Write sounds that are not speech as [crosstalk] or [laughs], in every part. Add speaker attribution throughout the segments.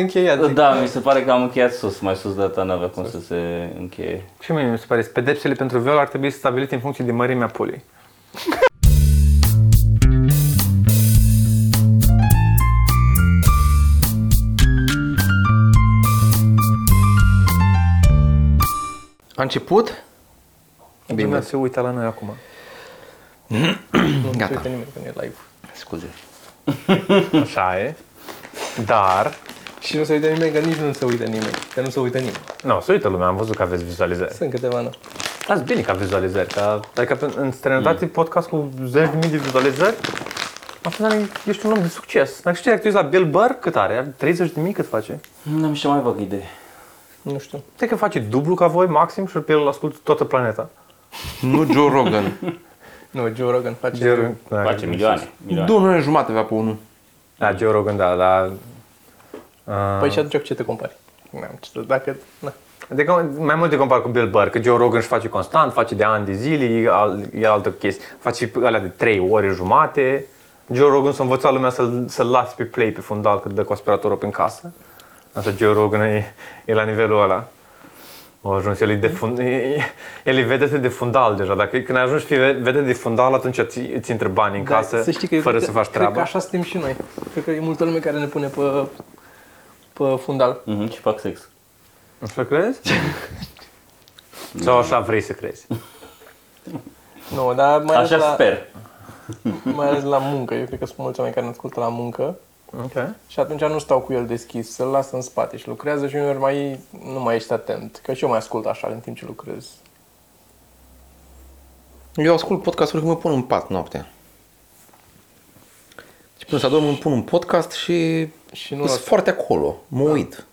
Speaker 1: încheiat. zic.
Speaker 2: Da, mi se pare că am încheiat sus, mai sus de atâta n-avea cum să se încheie.
Speaker 3: Și mie mi se pare, pedepsele pentru viol ar trebui stabilite în funcție de mărimea pulii.
Speaker 1: A început?
Speaker 3: Bine. Lumea se uită la noi acum. Nu se
Speaker 1: Gata.
Speaker 3: uită nimeni când e live.
Speaker 1: Scuze.
Speaker 3: Așa e. Dar...
Speaker 1: Și nu se uită nimeni, că nici nu se uită nimeni. Că nu se uită nimeni.
Speaker 3: Nu, se uită lumea, am văzut că aveți vizualizări.
Speaker 1: Sunt câteva, nu.
Speaker 3: Ați bine că aveți vizualizări, că, adică în- în străinătate
Speaker 1: Mm.
Speaker 3: podcast cu zeci de mii de vizualizări, asta înseamnă că ești un om de succes. Dacă știi, dacă te uiți la Bill Burr, cât are? Are 30 de mii cât face?
Speaker 2: Nu am și mai vag idee.
Speaker 1: Nu știu.
Speaker 3: Te că face dublu ca voi, maxim, și pe el îl ascultă toată planeta.
Speaker 4: Nu Joe [laughs] Rogan.
Speaker 1: Nu, Joe Rogan face...
Speaker 3: Da,
Speaker 2: Face milioane, milioane.
Speaker 4: Două milioane jumate avea pe unul.
Speaker 3: Da, Joe Rogan, da, dar...
Speaker 1: Păi și atunci cu ce te compari? N-am ce să... Dacă... Na.
Speaker 3: Adică mai mult de compar cu Bill Burr, că Joe Rogan își face constant, face de ani de zile, e, al, e altă chestie, face pe alea de 3 ore jumate. Joe Rogan s-a învățat lumea să-l, să-l lasi pe play pe fundal când dă cu aspiratorul prin casă. Asta Joe Rogan e, e la nivelul ăla. A ajuns, el e, de fund, e, e- el e vedetă de fundal deja. Dacă, când ajungi fi vedetă de fundal, atunci îți, îți intră bani în casă,
Speaker 1: Dar eu
Speaker 3: fără
Speaker 1: cred
Speaker 3: să faci
Speaker 1: Cred Da, că
Speaker 3: treaba.
Speaker 1: așa suntem și noi. Cred că e multă lume care ne pune pe, pe fundal.
Speaker 2: Mhm, și fac sex.
Speaker 3: Așa crezi? Sau așa vrei să crezi?
Speaker 1: Nu, dar mai ales,
Speaker 2: Așa
Speaker 1: la,
Speaker 2: sper.
Speaker 1: mai ales la muncă. Eu cred că sunt mulți oameni care ne ascultă la muncă
Speaker 3: Ok.
Speaker 1: și atunci nu stau cu el deschis, să-l las în spate și lucrează și uneori mai, nu mai ești atent. Că și eu mai ascult așa în timp ce lucrez.
Speaker 4: Eu ascult podcasturi când mă pun în pat noaptea. Și până să adorm îmi pun un podcast și
Speaker 1: Și nu
Speaker 4: sunt
Speaker 1: las-
Speaker 4: foarte acolo. Mă uit.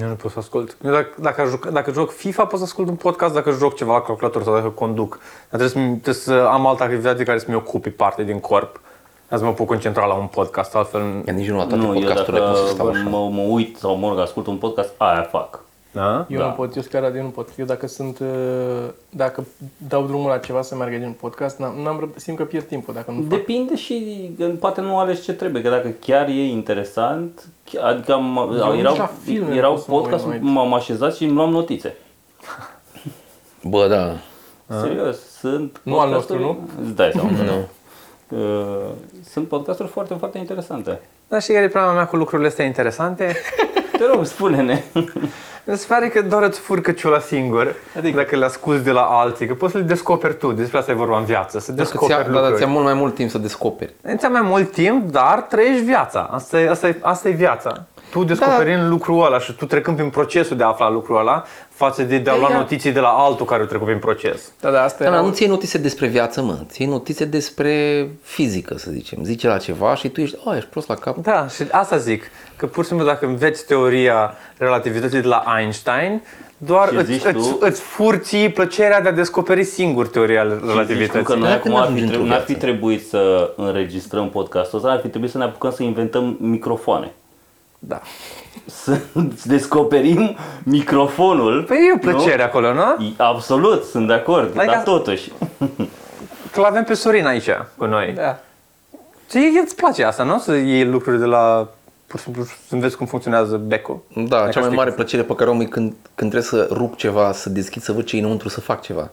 Speaker 3: Eu nu pot să ascult. Eu dacă, dacă, joc, dacă joc FIFA pot să ascult un podcast, dacă joc ceva la calculator sau dacă conduc. Dar trebuie să, trebuie să am altă activitate care să-mi ocupe parte din corp. Ca să mă pot concentra la un podcast, altfel...
Speaker 4: Nici nu la toate
Speaker 2: Nu, eu
Speaker 4: podcasturile pot să stau
Speaker 2: dacă
Speaker 4: așa.
Speaker 2: mă, mă uit sau mă rog, ascult un podcast, aia fac.
Speaker 3: Da?
Speaker 1: Eu
Speaker 2: Da.
Speaker 1: da. nu pot, eu sclara de nu pot. Eu dacă sunt, uh, dacă dau drumul la ceva să meargă din podcast, n-am, n-am, răb- simt că pierd timpul dacă nu fac.
Speaker 2: Depinde și că poate nu alegi ce trebuie, că dacă chiar e interesant, chi- adică am,
Speaker 1: nici la
Speaker 2: erau,
Speaker 1: filme nu
Speaker 2: erau
Speaker 1: pot să mă uit
Speaker 2: podcast,
Speaker 1: mai aici.
Speaker 2: m-am așezat și îmi luam notițe.
Speaker 4: Bă, da.
Speaker 2: Serios, sunt
Speaker 1: Ah. Nu al
Speaker 2: podcasturi-
Speaker 1: nostru,
Speaker 2: Îți dai
Speaker 1: [laughs]
Speaker 2: seama. Uh, Sunt podcasturi foarte, foarte interesante.
Speaker 3: Dar știi care e problema mea cu lucrurile astea
Speaker 4: [laughs]
Speaker 3: interesante?
Speaker 2: Te rog, spune-ne.
Speaker 3: Îmi se pare că doar îți furcă ciula singur, adică dacă le asculti de la alții, că poți să le descoperi tu, despre asta e vorba în viață, să
Speaker 4: Dar că ți-a,
Speaker 3: descoperi
Speaker 4: da, da,
Speaker 3: lucruri.
Speaker 4: ți-a mult mai mult timp să descoperi.
Speaker 3: Îți ia mai mult timp, dar trăiești viața. Asta e, asta e, asta e viața. Tu descoperind da. lucrul ăla și tu trecând prin procesul de a afla lucrul ăla față de, de a lua
Speaker 4: da.
Speaker 3: notiții de la altul care a trecut prin proces.
Speaker 1: Da, da, asta
Speaker 4: Dar
Speaker 1: era...
Speaker 4: nu ți iei notițe despre viață, mă. Ți iei notițe despre fizică, să zicem. Zice la ceva și tu ești, a, ești prost la cap.
Speaker 3: Da, și asta zic, că pur și simplu dacă înveți teoria relativității de la Einstein, doar
Speaker 2: Și zici
Speaker 3: îți, îți,
Speaker 2: tu-
Speaker 3: îți furți plăcerea de a descoperi singur teoria
Speaker 2: Știu că
Speaker 3: relativității.
Speaker 2: noi
Speaker 4: Dar
Speaker 2: acum
Speaker 4: când
Speaker 2: ar fi,
Speaker 4: ajungi
Speaker 2: trebu-
Speaker 4: într-o
Speaker 2: n-ar fi
Speaker 4: viață?
Speaker 2: trebuit să înregistrăm podcastul ăsta, ar fi trebuit să ne apucăm să inventăm microfoane.
Speaker 3: Da.
Speaker 2: Să să descoperim microfonul.
Speaker 3: Păi e o plăcere nu? acolo, nu?
Speaker 2: Nu? E- Absolut, sunt de acord,
Speaker 3: Adică
Speaker 2: dar
Speaker 3: asta-
Speaker 2: totuși.
Speaker 3: Că l-avem pe Sorin aici cu noi.
Speaker 1: Da.
Speaker 3: Și îți place asta, nu? Să iei lucruri de la... Pur și simplu să înveți cum funcționează becul.
Speaker 4: Da,
Speaker 3: Dacă
Speaker 4: cea mai
Speaker 3: știi-
Speaker 4: mare plăcere pe care o am e când, când trebuie să rup ceva, să deschid, să văd ce e înăuntru, să fac ceva.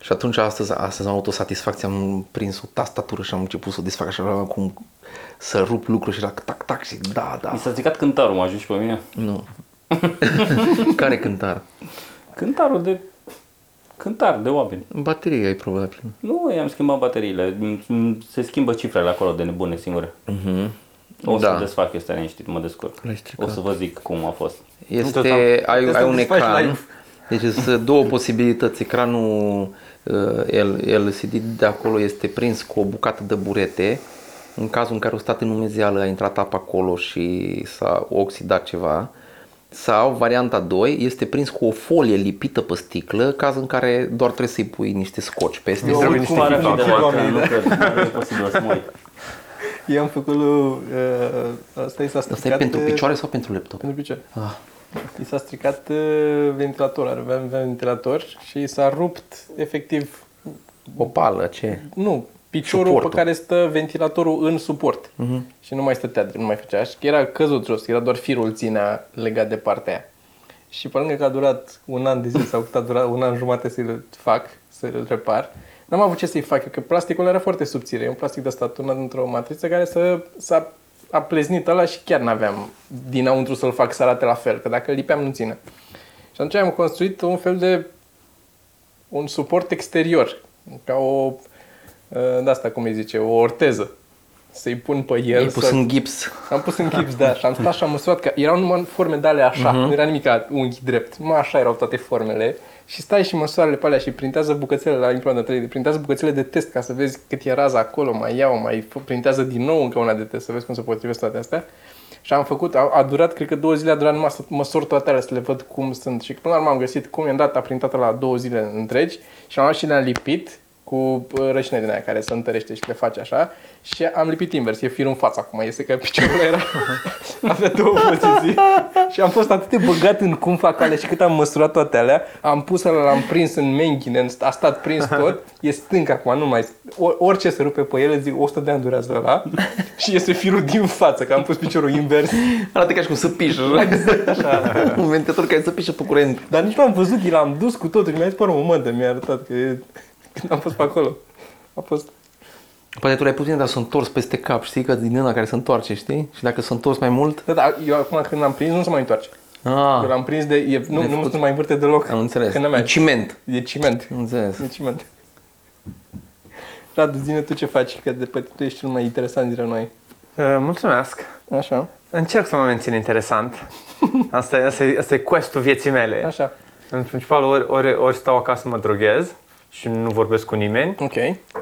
Speaker 4: Și atunci astăzi, astăzi am autosatisfacție, am prins o tastatură și am început să o desfac așa cum să rup lucruri și la tac, tac și da,
Speaker 2: Mi
Speaker 3: [laughs]
Speaker 4: da.
Speaker 2: s-a stricat cântarul, mă ajungi pe mine?
Speaker 4: Nu. Care cântar?
Speaker 2: Cântarul de... Cântar de oameni.
Speaker 4: Bateria e probabil.
Speaker 2: Nu, i-am schimbat bateriile. M- m- Se schimbă cifrele acolo de nebune singure.
Speaker 3: Mhm.
Speaker 2: O să
Speaker 4: Da.
Speaker 2: desfac chestia liniștit, mă descurc.
Speaker 4: L-ai stricat.
Speaker 2: O să vă zic cum a fost.
Speaker 3: Tot am-
Speaker 4: Este, ai,
Speaker 3: trebuie
Speaker 4: ai
Speaker 3: să
Speaker 4: un
Speaker 3: desfaci
Speaker 4: ecran,
Speaker 3: live.
Speaker 4: deci sunt două posibilități. Ecranul uh, L- LCD de acolo este prins cu o bucată de burete. În cazul în care o stat în umezeală, a intrat apă acolo și s-a oxidat ceva. Sau varianta 2 este prins cu o folie lipită pe sticlă, caz în care doar trebuie să-i pui niște scoci peste.
Speaker 3: Eu
Speaker 2: Uit
Speaker 3: trebuie niște
Speaker 2: cum ar fi de
Speaker 3: clipuri.
Speaker 2: la ecran, nu cred, nu e posibil să mă uit.
Speaker 1: Eu am făcut lui... Uh, asta i s-a stricat...
Speaker 4: Asta e pentru
Speaker 1: uh,
Speaker 4: picioare sau pentru laptop?
Speaker 1: Pentru picioare. Ah. I s-a stricat uh, ventilator, are avea un ventilator și i s-a rupt efectiv...
Speaker 4: O pală, ce?
Speaker 1: Nu, piciorul
Speaker 4: Suportul.
Speaker 1: pe care stă ventilatorul în suport. Uh-huh. Și nu mai stătea drept, nu mai făcea așa. Era căzut jos, era doar firul ținea legat de partea aia. Și pe lângă că a durat un an de zile sau cât a durat un an jumate să-l fac, să-l repar, n-am avut ce să-i fac, eu, că plasticul era foarte subțire. E un plastic de asta turnat într-o matriță care să, s-a a pleznit ăla și chiar n-aveam dinăuntru să-l fac să arate la fel, că dacă îl lipeam nu ține. Și atunci am construit un fel de un suport exterior, ca o, uh, de asta cum îi zice, o orteză. Să-i pun pe el.
Speaker 4: Ai pus
Speaker 1: să...
Speaker 4: în gips.
Speaker 1: Am pus
Speaker 4: [laughs]
Speaker 1: în gips, da, și am stat și am măsurat că erau numai forme de alea
Speaker 4: Mhm.
Speaker 1: așa, uh-huh. nu era nimic ca unghi drept, numai așa erau toate formele. Și stai și măsoarele pe alea și printează bucățele la imprimanta 3D, printează bucățele de test ca să vezi cât e raza acolo, mai iau, mai f- printează din nou încă una de test, să vezi cum se potrivesc toate astea. Și am făcut, a, a durat, cred că două zile a durat numai să măsor toate alea, să le văd cum sunt. Și până la urmă am găsit cum i-am dat, a printat la două zile întregi și am luat și le-am lipit cu uh, rășine din aia care se întărește și le face așa și am lipit invers, e firul în față acum, este că piciorul era, avea două poziții și am fost atât de băgat în cum fac alea și cât am măsurat toate alea, am pus ăla, l-am prins în menghine, în- a stat prins tot, e stânc acum, nu mai, o- orice se rupe pe el, îți zic 100 de ani durează
Speaker 4: [laughs]
Speaker 1: ăla și este firul din față, că am pus piciorul invers,
Speaker 4: Arată ca și cum să pișă.
Speaker 3: Exact,
Speaker 4: [laughs] Un ventilator care să pișe pe curent.
Speaker 1: dar nici nu am văzut, i l-am dus cu totul și mi-a zis, pără, mă, mă, mi-a arătat că e... [laughs] când am fost pe acolo, a fost
Speaker 4: Poate tu l-ai puțin, dar s-a întors peste cap, știi? Că din ăla care se întoarce, știi? Și dacă s-a întors mai mult...
Speaker 1: Da, da, eu acum când am prins nu se mai întoarce. Eu
Speaker 4: Ah,
Speaker 1: l-am prins de... E, nu, nu
Speaker 4: făcut.
Speaker 1: se mai învârte deloc.
Speaker 4: am înțeles.
Speaker 1: Că n-am mai-
Speaker 4: E ciment.
Speaker 1: E ciment.
Speaker 4: Am înțeles.
Speaker 1: E ciment. Deci, Radu, zine tu ce faci, că de pe tu ești cel mai interesant dintre noi.
Speaker 3: Uh, mulțumesc.
Speaker 1: Așa,
Speaker 3: Încerc să mă mențin
Speaker 4: [laughs]
Speaker 3: interesant. Asta, e- asta, e- asta e quest-ul vieții mele.
Speaker 1: așa.
Speaker 3: În principal, ori, ori, ori stau acasă, mă droghez și nu vorbesc cu nimeni,
Speaker 1: Ok.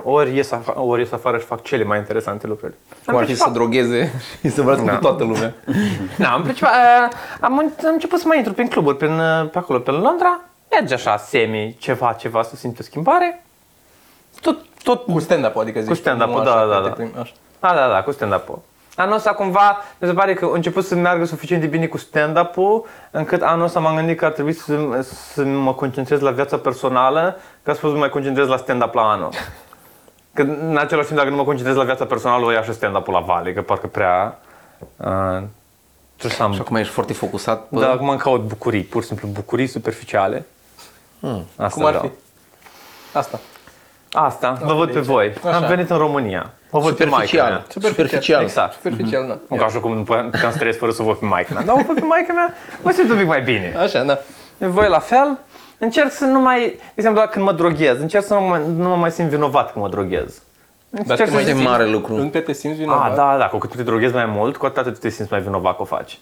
Speaker 3: ori ies, afa- ori ies afară și fac cele mai interesante lucruri.
Speaker 4: Cum ar fi să drogheze [laughs] și să vrească
Speaker 3: Da.
Speaker 4: cu toată
Speaker 3: [laughs]
Speaker 4: lumea.
Speaker 3: Na, în
Speaker 4: [laughs]
Speaker 3: principal, uh, am, în- am început să mai intru prin cluburi, prin, uh, pe acolo, pe Londra. Merge așa, semi, ceva, ceva, să simt o schimbare. Tot, tot
Speaker 1: Cu stand-up, adică zici.
Speaker 3: Cu stand-up-ul,
Speaker 1: nu
Speaker 3: da,
Speaker 1: așa,
Speaker 3: da,
Speaker 1: că
Speaker 3: da.
Speaker 1: te primi- Așa.
Speaker 3: Da, da, da, cu stand-up-ul. Anul ăsta cumva, mi se pare că a început să meargă suficient de bine cu stand-up-ul, încât anul ăsta m-am gândit că ar trebui să, să mă concentrez la viața personală, ca să pot să mă mai concentrez la stand-up la anul. Că în același timp, dacă nu mă concentrez la viața personală, o iau și stand-up-ul la vale, că parcă prea... Uh, trebuie să am...
Speaker 4: Și acum ești foarte focusat pe...
Speaker 3: Da, acum caut bucurii, pur și simplu bucurii superficiale. Hmm. Asta
Speaker 1: Cum ar
Speaker 3: vreau.
Speaker 1: fi? Asta.
Speaker 3: Asta, vă văd pe voi.
Speaker 1: Așa.
Speaker 3: Am venit în România. Vă văd pe maica mea.
Speaker 4: Superficial. Superficial.
Speaker 3: Exact.
Speaker 1: Superficial, da.
Speaker 3: Nu ca așa cum nu puteam puteam să trăiesc fără să o văd pe maica mea. Dar o văd pe maica mea, mă simt un pic mai bine.
Speaker 1: Așa, da.
Speaker 3: Voi la fel, încerc să nu mai, de exemplu, dacă când mă droghez, încerc să nu mă, nu mă mai simt vinovat când mă droghez. Încerc
Speaker 1: te
Speaker 3: să
Speaker 1: mai
Speaker 4: Asta e
Speaker 1: simți-
Speaker 4: mare lucru.
Speaker 1: Încă te simți vinovat.
Speaker 3: Mm. Ah, da, da, cu cât te droghezi mai mult, cu atât te simți mai vinovat că o faci.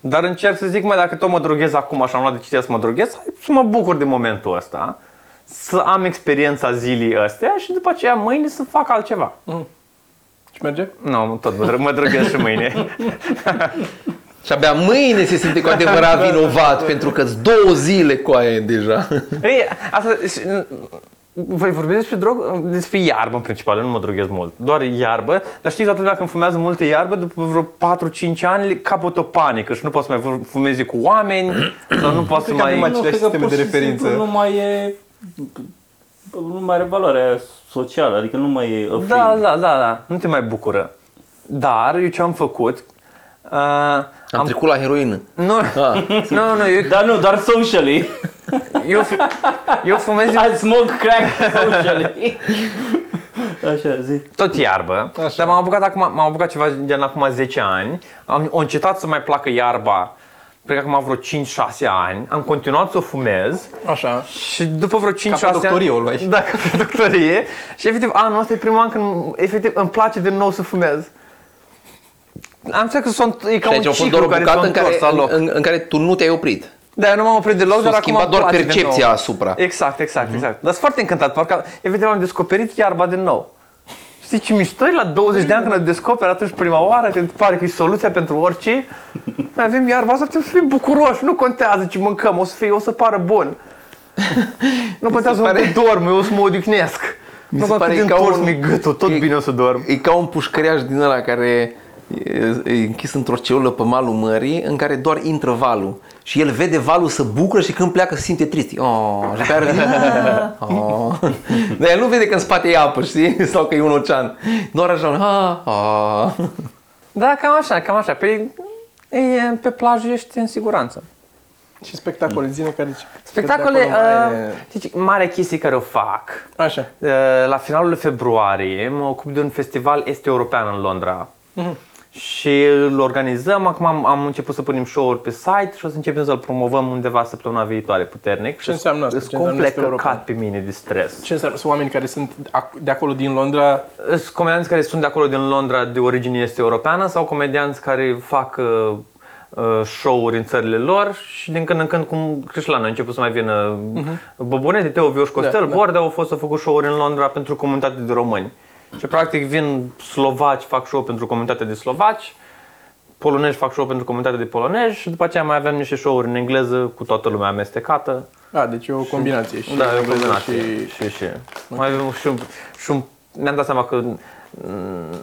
Speaker 3: Dar încerc să zic, mai dacă tot mă droghez acum și am luat decizia să mă droghez, hai să mă bucur de momentul ăsta, să am experiența zilei astea și după aceea mâine să fac altceva.
Speaker 1: Și merge?
Speaker 3: Nu, tot mă, dro- mă droghez și mâine. [laughs]
Speaker 4: Și abia mâine se simte cu
Speaker 3: [laughs]
Speaker 4: adevărat vinovat pentru că două zile cu aia e deja.
Speaker 3: Ei, asta, și, voi vorbiți despre drog, despre iarbă în principal, eu nu mă droghez mult, doar iarbă, dar știți atât dacă îmi fumează multă iarbă, după vreo 4-5 ani capăt o panică și nu poți să mai fumezi cu oameni sau nu poți să
Speaker 1: că avem
Speaker 3: mai...
Speaker 1: același sisteme de
Speaker 2: pur și
Speaker 1: referință.
Speaker 2: simplu Nu mai e nu mai are valoare socială, adică nu mai e a thing.
Speaker 3: Da, da, da, da, nu te mai bucură. Dar eu ce am făcut, uh,
Speaker 4: Am,
Speaker 3: am,
Speaker 4: trecut la heroină.
Speaker 3: nu,
Speaker 4: Ah.
Speaker 3: [laughs] nu, nu, eu,
Speaker 2: Dar nu, doar socially. [laughs]
Speaker 3: eu, eu fumez
Speaker 2: I smoke crack socially. Așa, zi.
Speaker 3: tot iarbă, Așa. dar m-am apucat, acum, m-am apucat ceva gen acum 10 ani, am am încetat să mai placă iarba, cred că acum vreo 5-6 ani, am continuat să o fumez
Speaker 1: Așa.
Speaker 3: și după vreo 5-6
Speaker 1: pe doctorie o
Speaker 3: ani...
Speaker 1: luai.
Speaker 3: [laughs] Da, ca pe doctorie și efectiv anul ăsta e primul an când efectiv îmi place din nou să fumez. Am înțeles că sunt, e ca un
Speaker 4: Și aici a Deci fost
Speaker 3: ciclu
Speaker 4: doar o
Speaker 3: care s-a
Speaker 4: bucată în care,
Speaker 3: întors la
Speaker 4: în,
Speaker 3: loc.
Speaker 4: în, în care tu nu te-ai oprit.
Speaker 3: Da, eu nu m-am oprit deloc,
Speaker 4: S-a
Speaker 3: dar acum
Speaker 4: schimbat
Speaker 3: îmi
Speaker 4: doar
Speaker 3: place din
Speaker 4: percepția
Speaker 3: nou.
Speaker 4: asupra. Mhm.
Speaker 3: Exact, exact, exact. Dar sunt foarte încântat, parcă evident am descoperit iarba din nou. Știi ce mișto e la 20 de ani când o descoperi atunci prima oară, când îți pare că e soluția pentru orice, noi avem iarba asta, putem să fim bucuroși, nu contează ce mâncăm, o să, fie, o să pară bun. Nu contează
Speaker 4: pare-
Speaker 3: unde dorm, eu o să mă odihnesc. Mi
Speaker 4: se
Speaker 3: nu
Speaker 4: pare
Speaker 3: contează
Speaker 4: ca
Speaker 3: cât de întors
Speaker 4: un-
Speaker 3: mi gâtul, tot
Speaker 4: e-
Speaker 3: bine o să dorm.
Speaker 4: E ca un pușcăriaș din ăla care e- e închis într-o ceulă pe malul mării în care doar intră valul și el vede valul să bucură și când pleacă se simte trist. Oh, și pe aia rămâne, oh. Dar el nu vede că în spate e apă, știi? [laughs] Sau că e un ocean. Doar așa, ah, ah.
Speaker 3: Da, cam așa, cam așa. Pe, e, pe plajă ești în siguranță.
Speaker 1: Și spectacole,
Speaker 3: Mm.
Speaker 1: zine care zici.
Speaker 3: Spectacole,
Speaker 1: Că de acolo mai
Speaker 3: uh,
Speaker 1: e-
Speaker 3: deci, mare chestii care o fac.
Speaker 1: Așa.
Speaker 3: Uh, La finalul februarie mă ocup de un festival este european în Londra.
Speaker 1: Mhm.
Speaker 3: Și îl organizăm, acum am, am început să punem show-uri pe site și o să începem să-l promovăm undeva săptămâna viitoare puternic. Ce
Speaker 1: înseamnă asta?
Speaker 3: Îți
Speaker 1: Ce înseamnă
Speaker 3: cumple
Speaker 1: este european?
Speaker 3: căcat pe mine de stres.
Speaker 1: Ce înseamnă? Sunt oameni care sunt ac- de acolo din Londra.
Speaker 3: Sunt comedianți care sunt de acolo din Londra de origine este europeană sau comedianți care fac uh, uh, show-uri în țările lor și din când în când, cum Crișlan a început să mai vină uh-huh. Bobonete, Teo Vioș Costel, da,
Speaker 1: da.
Speaker 3: Bordea au fost să făcut show-uri în Londra pentru comunitate de români. Și practic vin slovaci, fac show pentru comunitatea de slovaci, polonezi fac show pentru comunitatea de polonezi și după aceea mai avem niște show-uri în engleză cu toată lumea amestecată.
Speaker 1: A, deci e o combinație. Și
Speaker 3: Da, e o
Speaker 1: engleză
Speaker 3: combinație.
Speaker 1: și-
Speaker 3: Și, și, și. Mai avem și un, și un ne-am dat seama că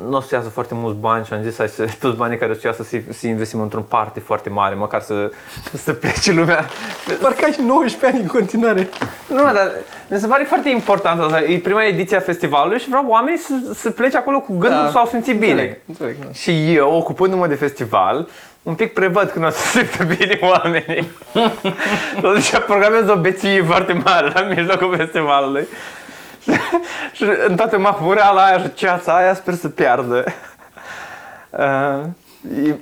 Speaker 3: nu o să iasă foarte mulți bani și am zis hai să [laughs] toți banii care o să iasă să, să investim într-un party foarte mare, măcar să, [laughs] să plece lumea.
Speaker 1: Parcă ai 19 ani în continuare.
Speaker 3: Nu, dar mi se pare foarte important asta. E prima ediție a festivalului și vreau oamenii să, să plece acolo cu gândul
Speaker 1: Da.
Speaker 3: da. sau simți bine.
Speaker 1: Înțeleg, înțeleg, da.
Speaker 3: Și eu, ocupându-mă de festival, un pic prevăd când o să [laughs] simtă bine [laughs] oamenii. Deci programez o beție foarte mare la mijlocul [laughs] festivalului. și în toată mahmureala aia și ceața aia sper să piardă. Uh,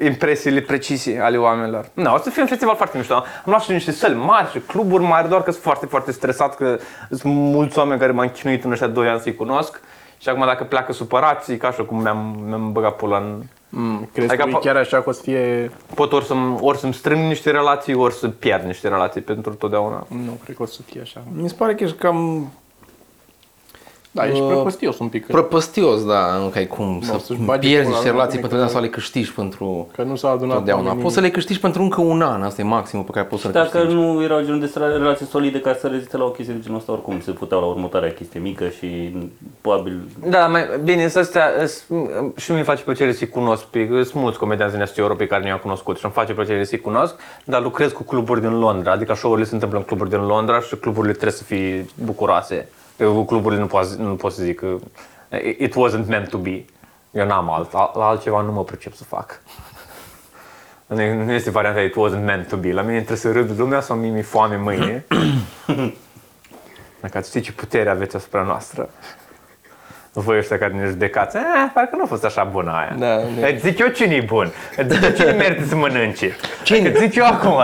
Speaker 3: impresiile precise ale oamenilor. Nu, o să fie un festival foarte mișto. Am luat și niște săli mari și cluburi mari, doar că sunt foarte, foarte stresat că sunt mulți oameni care m-am chinuit în ăștia 2 ani să-i cunosc. Și acum dacă pleacă supărați, e ca așa cum mi-am, mi-am băgat pula în...
Speaker 1: Mm, crezi
Speaker 3: Adică
Speaker 1: că e
Speaker 3: po-
Speaker 1: chiar așa că o să fie...
Speaker 3: Pot ori să-mi, ori să-mi strâng niște relații, ori să pierd niște relații pentru totdeauna.
Speaker 1: Nu, cred că o să fie așa.
Speaker 4: Mi se pare că ești cam
Speaker 1: Da, ești
Speaker 4: Uh,
Speaker 1: prăpăstios un pic. că-
Speaker 4: prăpăstios, da, nu că ai cum să
Speaker 1: să-și bagi
Speaker 4: pierzi
Speaker 1: pula
Speaker 4: niște relații
Speaker 1: în mine
Speaker 4: pentru
Speaker 1: că-
Speaker 4: totdeauna sau le câștigi pentru
Speaker 1: Că nu s-a adunat
Speaker 4: totdeauna.
Speaker 1: oamenii.
Speaker 4: Poți să le câștigi pentru încă un an, asta e maximul pe care poți să-l
Speaker 2: Dacă
Speaker 4: câștigi.
Speaker 2: nu erau genul de relații solide ca să reziste la o chestie de genul ăsta, oricum se puteau la următoarea chestie mică și probabil
Speaker 3: Da, mai, bine, să astea, s- și mi face plăcere să-i cunosc, pe, sunt mulți comedianți din Estul Europei care nu i-am cunoscut și îmi face plăcere să-i cunosc, dar lucrez cu cluburi din Londra, adică show-urile se întâmplă în cluburi din Londra și cluburile trebuie să fie bucuroase. Pe cluburile nu pot, nu pot să zic că it wasn't meant to be. Eu n-am alt, al- la altceva nu mă pricep să fac. Nu e- nu este varianta it wasn't meant to be. La mine trebuie să râd lumea sau mie mi-e foame
Speaker 1: [coughs]
Speaker 3: mâine. Dacă ați ști ce putere aveți asupra noastră. Voi ăștia care ne judecați, "Ah, parcă nu a fost așa bună aia.
Speaker 1: Da, nu.
Speaker 3: Îți zic eu cine e bun. Îți zic eu cine merge să mănânce. Cine? Îți zic eu
Speaker 1: [laughs]
Speaker 3: acum.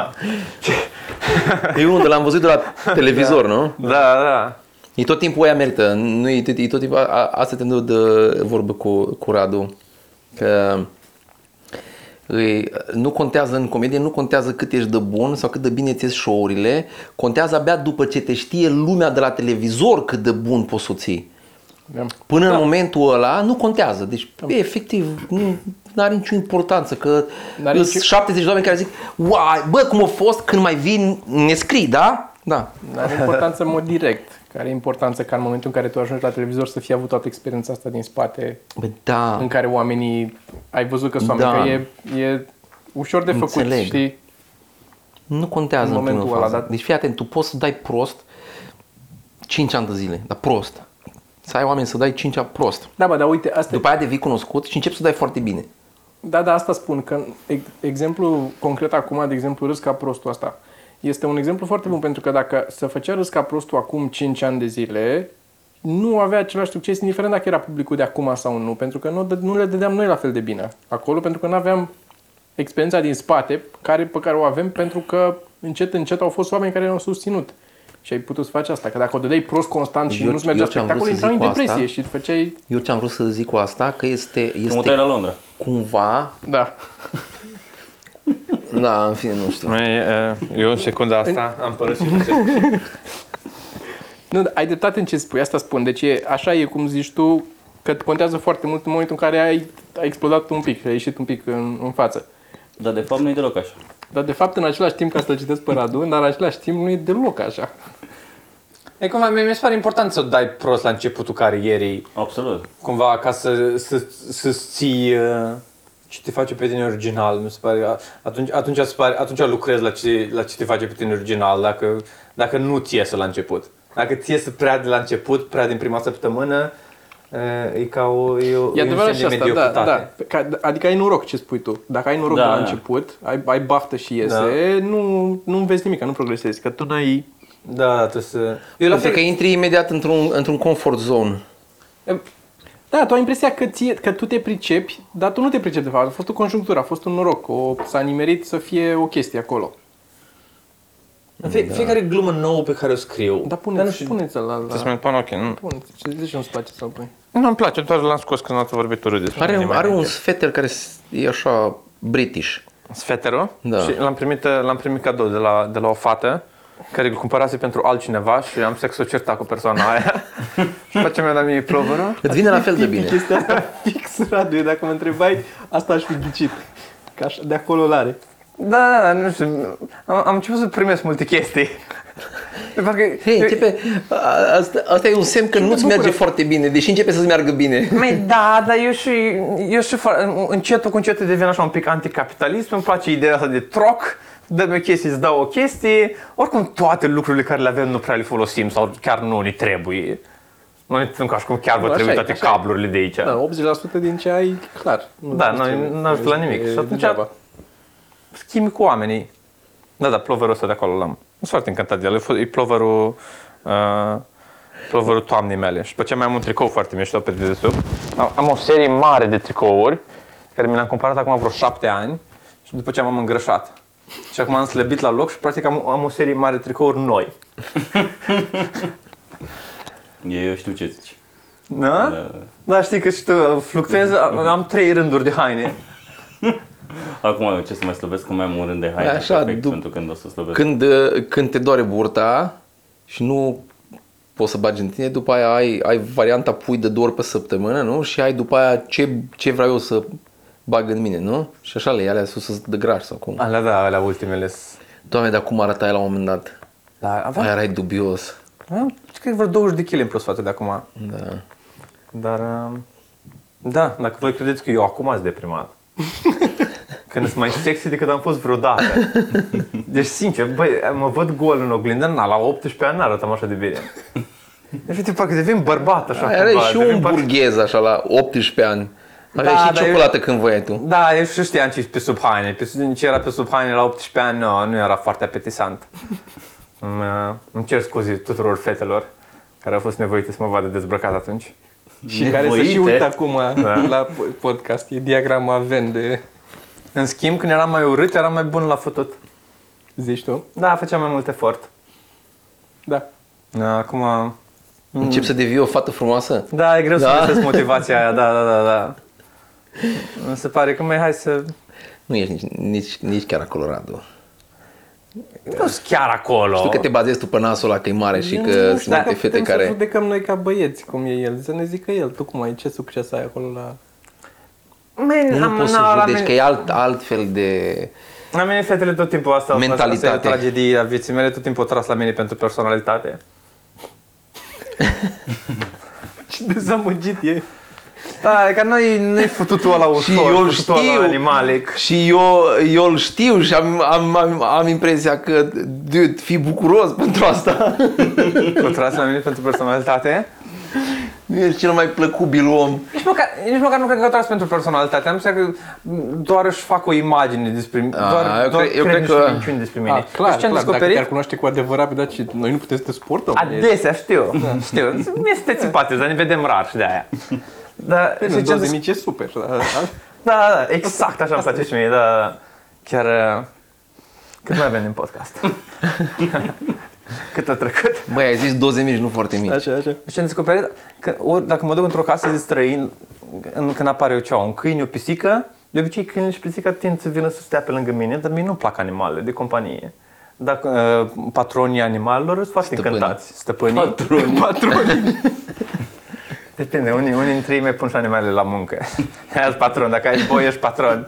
Speaker 4: E unul de l-am văzut de la televizor, nu?
Speaker 3: Da, da.
Speaker 4: E tot timpul aia merită, nu e, tot- e tot timpul, a, a, asta te duc de vorbă cu, cu Radu, că îi, nu contează în comedie, nu contează cât ești de bun sau cât de bine ți show-urile, contează abia după ce te știe lumea de la televizor cât de bun poți să o ții.
Speaker 1: Da.
Speaker 4: Până da. în momentul ăla nu contează, deci e, efectiv nu are nicio importanță că
Speaker 1: N-are
Speaker 4: sunt
Speaker 1: nicio-
Speaker 4: 70 de oameni care zic, uai, bă, cum a fost când mai vin, ne scrii, da? Da.
Speaker 1: Are importanță în mod direct. Care e importanță ca în momentul în care tu ajungi la televizor să fie avut toată experiența asta din spate,
Speaker 4: Bă, da.
Speaker 1: în care oamenii, ai văzut că sunt oameni,
Speaker 4: Da.
Speaker 1: că e, e ușor de făcut,
Speaker 4: Înțeleg.
Speaker 1: știi?
Speaker 4: Nu contează
Speaker 1: În
Speaker 4: în,
Speaker 1: momentul
Speaker 4: momentul
Speaker 1: ăla, da.
Speaker 4: ăla,
Speaker 1: dar-
Speaker 4: Deci fii atent, tu poți să dai prost 5 ani de zile, dar prost. Să ai oameni să dai 5 ani prost.
Speaker 1: Da, bă, dar uite, asta e
Speaker 4: După aia devii cunoscut și începi să dai foarte bine.
Speaker 1: Da, da, asta spun, că ex- exemplu concret acum, de exemplu, râs ca prostul asta, este un exemplu foarte bun, pentru că dacă se făcea râs ca prostul acum 5 ani de zile, nu avea același succes, indiferent dacă era publicul de acum sau nu, pentru că nu, dă- nu le dădeam noi la fel de bine acolo, pentru că nu aveam experiența din spate care, pe care o avem, pentru că încet, încet au fost oameni care ne-au susținut. Și ai putut să faci asta, că dacă o dădeai prost constant și
Speaker 4: Eu-
Speaker 1: nu-ți mergea
Speaker 4: eu ce am vrut
Speaker 1: spectacolul,
Speaker 4: să
Speaker 1: intrai în
Speaker 4: zic cu asta-
Speaker 1: depresie și făceai...
Speaker 4: Eu ce am vrut să zic cu asta, că este,
Speaker 2: te mutai
Speaker 4: este
Speaker 2: la Londra.
Speaker 4: cumva...
Speaker 1: Da.
Speaker 4: Da, în fine, nu știu.
Speaker 3: Eu în secunda asta am părăsit.
Speaker 1: Nu, dar ai dreptate în ce spui, asta spun. Deci e, așa e cum zici tu, că contează foarte mult în momentul în care ai, ai explodat un pic, ai ieșit un pic în, în față.
Speaker 2: Dar de fapt nu e deloc așa.
Speaker 1: Dar de fapt, în același timp, ca să-l citesc pe Radu, dar în același timp nu e deloc așa.
Speaker 3: E cumva, mi se pare important să dai prost la începutul carierei,
Speaker 2: Absolut.
Speaker 3: cumva ca să, să, să ții, uh,
Speaker 5: ce te face pe tine original, mi se pare. Atunci, atunci, îți pare, atunci lucrezi la ce, la ce te face pe tine original, dacă, dacă nu ți iese la început. Dacă ți iese prea de la început, prea din prima săptămână, uh, e e ca o, e o,
Speaker 1: E adevărat
Speaker 5: un
Speaker 1: și
Speaker 5: semn de
Speaker 1: asta, da,
Speaker 5: mediocritate.
Speaker 1: da. Ca, adică ai noroc ce spui tu. Dacă ai noroc
Speaker 2: Da,
Speaker 1: da, de la
Speaker 2: da.
Speaker 1: început, ai, ai baftă și iese, da. nu, nu vezi nimic, nu progresezi, că tu n-ai...
Speaker 5: Da, da, trebuie să... Eu la
Speaker 4: Pentru că
Speaker 5: fel,
Speaker 4: intri imediat într-un, într-un comfort zone.
Speaker 1: Da, tu ai impresia că, ție, că tu te pricepi, dar tu nu te pricepi de fapt. A fost o conjunctură, a fost un noroc, o, s-a nimerit să fie o chestie acolo.
Speaker 5: în fie, fiecare glumă nouă pe care o scriu,
Speaker 1: Dar
Speaker 5: dar nu
Speaker 1: puneți,
Speaker 5: știu,
Speaker 1: da, puneți la...
Speaker 3: Să-ți
Speaker 1: la...
Speaker 3: mai pun ok. Nu.
Speaker 1: Puneți, ce de ce nu-ți place să-l pui?
Speaker 3: Nu-mi place, doar l-am scos când ați vorbit urât despre
Speaker 4: Are,
Speaker 3: el.
Speaker 4: are un sfeter care s- e așa british.
Speaker 3: Sfeterul?
Speaker 4: Da.
Speaker 3: Și l-am primit, l-am primit cadou de la, de la o fată care îl cumpărase pentru altcineva și am sex o certa cu persoana [laughs] aia. și facem mi-a dat mie plovărul.
Speaker 4: Îți vine la fel de
Speaker 1: [laughs]
Speaker 4: bine.
Speaker 1: Chestia asta fix, Radu, dacă mă întrebai, asta aș fi ghicit. Că așa, de acolo l-are.
Speaker 3: Da, da, da, nu știu. Am, am început să primesc multe chestii. De Parcă,
Speaker 4: Hei, începe, a- asta, asta e un semn că nu-ți merge foarte bine, deși începe să-ți meargă bine.
Speaker 3: Măi, da, dar eu și, eu și fo- încetul cu încetul devin așa un pic anticapitalist, îmi place ideea asta de troc, dă-mi o chestie, îți dau o chestie, oricum toate lucrurile care le avem nu prea le folosim sau chiar nu ne trebuie. Nu ne simțim ca și cum chiar vă
Speaker 1: Bă,
Speaker 3: trebuie
Speaker 1: așa e,
Speaker 3: toate
Speaker 1: așa e.
Speaker 3: cablurile de aici.
Speaker 1: Da, 80% din ce ai, clar. Nu
Speaker 3: Da,
Speaker 1: îți
Speaker 3: noi
Speaker 1: trebuie.
Speaker 3: n-aș vrea nimic.
Speaker 1: E
Speaker 3: Și atunci-
Speaker 1: degeaba.
Speaker 3: Schimbi cu oamenii. Da, da, ploverul ăsta de acolo l-am. Sunt foarte încântat de el. E fo- E ploverul, uh, ploverul toamnei mele. Și după ce mai am un tricou foarte mișto pe dedesubt. Am, am o serie mare de tricouri care mi le-am cumpărat acum vreo șapte ani și după ce m-am îngrășat. Și acum am slăbit la loc și practic am, am o serie mare de tricouri noi.
Speaker 2: Eu știu ce zici.
Speaker 3: Da?
Speaker 2: Da.
Speaker 3: Da, știi că și
Speaker 5: uh,
Speaker 3: tu fluctuez,
Speaker 4: Da.
Speaker 3: am am trei rânduri de haine.
Speaker 2: Acum eu ce să mai slăbesc, cum mai am un rând de haine
Speaker 4: Așa,
Speaker 2: perfect
Speaker 4: dup-
Speaker 2: pentru când o să slăbesc.
Speaker 4: Când, uh, când te doare burta și nu poți să bagi în tine, după aia ai, ai varianta pui de două ori pe săptămână, nu? Și ai după aia ce, ce vreau eu să bag în mine, nu? Și așa le ia alea sus de graș sau cum.
Speaker 5: alea, da, alea ultimele s-
Speaker 4: Doamne, dar cum arătai la un moment dat?
Speaker 5: da,
Speaker 4: Aia
Speaker 5: aveam,
Speaker 4: erai dubios.
Speaker 5: aveam, cred că vreo 20 de kg în plus față de acum.
Speaker 4: Da.
Speaker 5: Dar, um, da, dacă voi credeți că eu acum sunt deprimat. Când sunt mai sexy decât am fost vreodată.
Speaker 1: [laughs]
Speaker 5: Deci, sincer, băi, mă văd gol în oglindă, na, la 18 ani n-arătam așa de bine.
Speaker 3: Deci,
Speaker 5: Efectiv, parcă devin bărbat așa
Speaker 4: Aia erai
Speaker 5: cumva,
Speaker 4: și
Speaker 5: devin
Speaker 4: un
Speaker 5: parcă-
Speaker 4: burghez așa la 18 ani. Aveai
Speaker 5: Da,
Speaker 4: și
Speaker 5: dar eu-
Speaker 4: ciocolată când voiai tu.
Speaker 5: Da, eu și știam ce pe sub haine. Pe sub, ce era pe sub haine la 18 ani, nu, nu era foarte
Speaker 4: [laughs]
Speaker 5: apetisant. îmi, uh, îmi cer scuze tuturor fetelor care au fost nevoite să mă vadă dezbrăcat atunci.
Speaker 1: Și care să și
Speaker 2: Nevoite.
Speaker 1: uită acum
Speaker 3: Da.
Speaker 1: la po- podcast. E diagrama Venn de...
Speaker 5: În schimb, când eram mai urât, eram mai bun la fătut.
Speaker 1: Zici tu?
Speaker 5: Da, făceam mai mult efort.
Speaker 1: Da.
Speaker 5: Da, acum... Mm.
Speaker 4: Încep să devii o fată frumoasă?
Speaker 5: Da, e greu da.
Speaker 4: Da.
Speaker 5: să găsesc motivația aia, da, da, da, da. Mi se pare că mai hai să...
Speaker 4: Nu ești nici, nici, nici chiar acolo, Radu.
Speaker 5: Nu sunt chiar acolo.
Speaker 4: Știu că te bazezi tu pe nasul ăla că e mare și că sunt multe fete
Speaker 1: Să
Speaker 4: care...
Speaker 1: judecăm noi ca băieți cum e el. Să ne zică el. Tu cum ai? Ce succes ai acolo la...
Speaker 5: Man,
Speaker 4: Nu
Speaker 5: am-
Speaker 4: poți
Speaker 5: na,
Speaker 4: să
Speaker 5: la
Speaker 4: judeci,
Speaker 5: mine-
Speaker 4: că e alt, altfel de...
Speaker 5: La mine fetele tot timpul asta au fost- asta e
Speaker 4: Mentalitate.
Speaker 5: o tragedie a vieții mele, tot timpul o tras la mine pentru [laughs] personalitate.
Speaker 1: Ce dezamăgit e.
Speaker 5: Da, e că noi nu-i fututul ăla ușor,
Speaker 4: Și eu îl
Speaker 5: fututul ăla
Speaker 4: știu.
Speaker 5: animalic.
Speaker 4: Și eu, eu îl știu și am, am, am, am impresia că, dude, fii bucuros pentru asta.
Speaker 5: O tras la mine pentru personalitate.
Speaker 4: Nu ești cel mai plăcubil om.
Speaker 5: Nici măcar, nici măcar nu cred că o tras pentru personalitate, am zis că doar își fac o imagine despre mine,
Speaker 4: A,
Speaker 5: doar,
Speaker 4: eu
Speaker 5: doar
Speaker 4: cred- eu
Speaker 5: cred Ah,
Speaker 4: cred
Speaker 5: niște
Speaker 4: că-
Speaker 5: minciuni despre mine.
Speaker 1: A,
Speaker 5: Și
Speaker 1: Ah, clar,
Speaker 5: ce am
Speaker 1: clar. Dacă
Speaker 5: descoperit?
Speaker 1: te-ar cunoaște cu adevărat, da, și noi nu putem să te suportăm. E-
Speaker 5: Adesea, [laughs] știu, știu. Mie sunteți simpatici, dar ne vedem rar și de aia. Da,
Speaker 1: Bine,
Speaker 5: și ce am zis-
Speaker 1: 2000 e super. Da,
Speaker 5: da, da, da, exact așa îmi place și mie, da, da, da. Chiar uh, cât mai avem din podcast. cât a trecut.
Speaker 4: Băi, ai zis doze mici, nu foarte mici.
Speaker 1: Așa, așa.
Speaker 5: Și Deci am descoperit că ori, dacă mă duc într-o casă de străin, în, când apare eu ceva, un câine, o pisică, de obicei câinele și pisica tind să vină să stea pe lângă mine, dar mie nu-mi plac animalele de companie. Dacă uh, patronii animalelor sunt foarte
Speaker 4: Stăpânii.
Speaker 5: încântați. Stăpânii. [laughs] Patronii. patronii. Depinde, unii, unii dintre ei mai pun și animalele la muncă. [laughs] Aia patron, dacă ai boi, ești patron.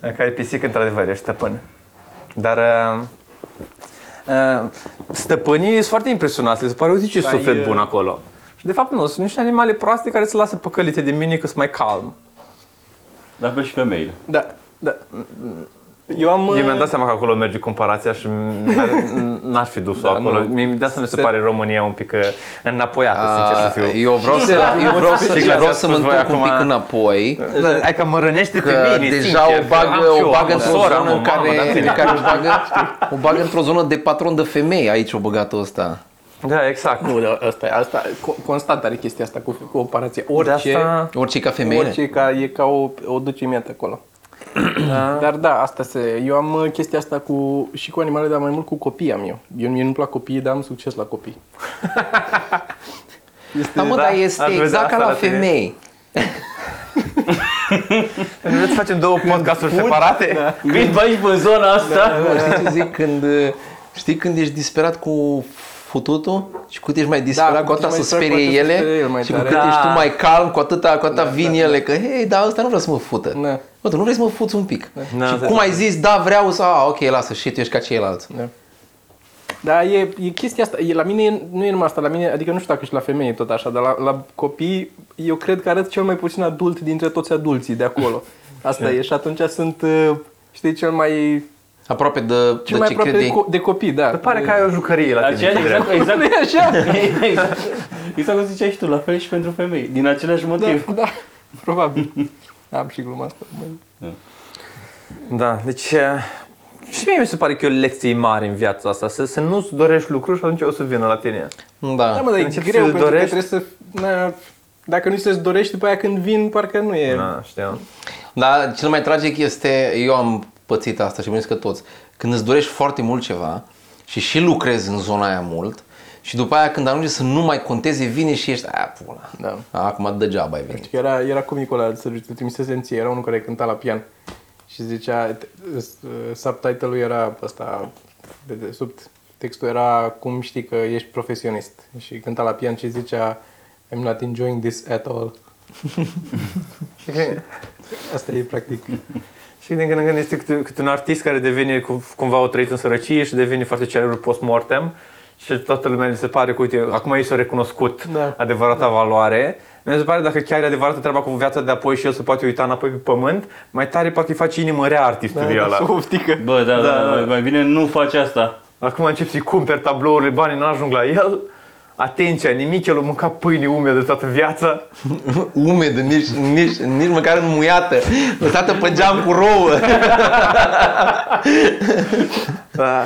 Speaker 5: Dacă ai pisică, într-adevăr, ești stăpân. Dar uh, uh, stăpânii sunt foarte impresionați, le se pare, uite ce suflet
Speaker 1: uh,
Speaker 5: bun acolo. Și de fapt nu, sunt niște animale proaste care se lasă păcălite de mine că sunt mai calm.
Speaker 2: La fel și femeile.
Speaker 1: Da, da. Eu am...
Speaker 5: Eu mi-am dat seama că acolo merge comparația și n-ar- [laughs] n-aș fi
Speaker 4: Da,
Speaker 5: dus-o acolo.
Speaker 3: nu.
Speaker 5: Mi-am dat să mi se pare România un pic uh, înapoiată, sincer să fiu.
Speaker 4: Eu vreau să, eu vreau să,
Speaker 5: Și
Speaker 4: eu vreau
Speaker 5: ați
Speaker 4: să mă
Speaker 5: spus voi
Speaker 4: întorc un
Speaker 5: acum-
Speaker 4: pic înapoi.
Speaker 5: Hai că mă rănește pe
Speaker 4: că
Speaker 5: mine,
Speaker 4: deja
Speaker 5: sincer,
Speaker 4: o
Speaker 5: că
Speaker 4: bagă,
Speaker 5: am și eu,
Speaker 4: o bagă
Speaker 5: am
Speaker 4: într-o zonă
Speaker 5: soră, am o
Speaker 4: în care,
Speaker 5: mamă, da,
Speaker 4: în care o bagă, o bagă într-o zonă de patron de femei, aici o băgată ăsta.
Speaker 5: Da, exact.
Speaker 1: Nu, da, asta, e- asta, co- constant are chestia asta cu cu comparație.
Speaker 5: De
Speaker 1: Orice,
Speaker 5: asta...
Speaker 4: Orice e ca femeie.
Speaker 1: Femeile. Orice e ca, e ca o, o duce miată [clears throat] acolo. Da. Dar da, asta se... Eu am uh, chestia asta cu, și cu animale, dar mai mult cu copii am eu. Eu mie nu-mi plac copiii, dar am succes la copii.
Speaker 4: Da, mă,
Speaker 5: Da,
Speaker 4: dar
Speaker 5: aș
Speaker 4: este
Speaker 5: vedea
Speaker 4: exact ca
Speaker 5: asta
Speaker 4: la
Speaker 5: la tine.
Speaker 4: femei.
Speaker 5: Vreți să Deci facem două podcasturi separate?
Speaker 4: Da.
Speaker 2: Vin pe aici, pe în zona asta.
Speaker 4: Nu, știi ce zic? Când, uh, știi când ești disperat cu fututul și cu cât ești mai disperat,
Speaker 1: Da,
Speaker 4: cu atât
Speaker 1: mai
Speaker 4: să
Speaker 1: disperat,
Speaker 4: sperie
Speaker 1: cu atât se
Speaker 4: ele
Speaker 1: sperie el mai
Speaker 4: și cu
Speaker 1: tare.
Speaker 4: cât
Speaker 2: Da.
Speaker 4: ești tu mai calm, cu atâta, cu atâta vin ele că, hei, da, ăsta nu vrea să mă fută.
Speaker 1: Da.
Speaker 4: Bă, tu nu vrei să mă fuți un pic.
Speaker 5: Da,
Speaker 4: și
Speaker 5: asta
Speaker 4: cum ai zis, da, vreau să, a, ok, lasă, și tu ești ca ceilalți.
Speaker 1: Da. Dar e, e chestia asta, e, la mine e- nu e numai asta, la mine, adică nu știu dacă și la femei e tot așa, dar la, la copii eu cred că arăt cel mai puțin adult dintre toți adulții de acolo. [laughs] Asta e și atunci sunt, uh, știi, cel mai,
Speaker 4: Aproape de,
Speaker 1: cel
Speaker 4: de
Speaker 1: mai
Speaker 4: ce
Speaker 1: aproape de,
Speaker 4: credeai.
Speaker 1: co- de copii, da. Păi,
Speaker 5: Pare că ai o jucărie la tine.
Speaker 2: Aceea, exact, exact,
Speaker 1: Nu e așa?
Speaker 2: exact, [laughs] exact cum ziceai și tu, la fel și pentru femei, din același motiv.
Speaker 1: Da, da, probabil. Am și gluma asta. mă.
Speaker 5: Da, deci eh, și mie mi se pare că e o lecție mare în viața asta, să, să nu-ți dorești lucruri și atunci o să vină la tine.
Speaker 1: Da,
Speaker 4: Da.
Speaker 1: mă, dar e
Speaker 5: Încep
Speaker 1: greu
Speaker 5: să-l
Speaker 1: pentru că
Speaker 5: dorești.
Speaker 1: trebuie să... Na, dacă nu ți-l dorești, după aia când vin, parcă nu e...
Speaker 5: Da, știu.
Speaker 4: Dar Da, cel mai tragic este, eu am pățit asta și bănuiesc că toți, când îți dorești foarte mult ceva și și lucrezi în zona aia mult și după aia când ajungi să nu mai conteze, vine și ești, a, pula,
Speaker 1: Da.
Speaker 4: acum degeaba ai venit. [laughs]
Speaker 1: Că era, era comicul ăla, să te trimisese în ție, era unul care cânta la pian și zicea, t- s- subtitle-ul era ăsta, de, de, sub textul era cum știi că ești profesionist și cânta la pian și zicea I'm not enjoying this at all.
Speaker 5: Și când-
Speaker 1: Asta e practic.
Speaker 5: [laughs] Și din când în când este câte, câte un artist care devine cu- cumva o trăit în sărăcie și devine foarte celebru post-mortem și toată lumea mi se pare că, uite, acum ei s-au recunoscut
Speaker 1: Da.
Speaker 5: adevărata valoare. Mi se pare dacă chiar e adevărată treaba cu viața de apoi și el se poate uita înapoi pe pământ, mai tare parcă îi face inimă rea artistului ăla.
Speaker 1: Oftică.
Speaker 2: Bă, da, da,
Speaker 5: Da.
Speaker 2: da, mai- mai bine nu faci asta.
Speaker 5: Acum încep să-i cumperi tablourile, banii n-ajung la el. Atenția, nimic, el a mâncat pâine umedă toată viața.
Speaker 4: Umed, nici, nici, nici măcar în muiată, lăsată pe geam cu rouă. [laughs]
Speaker 5: Da.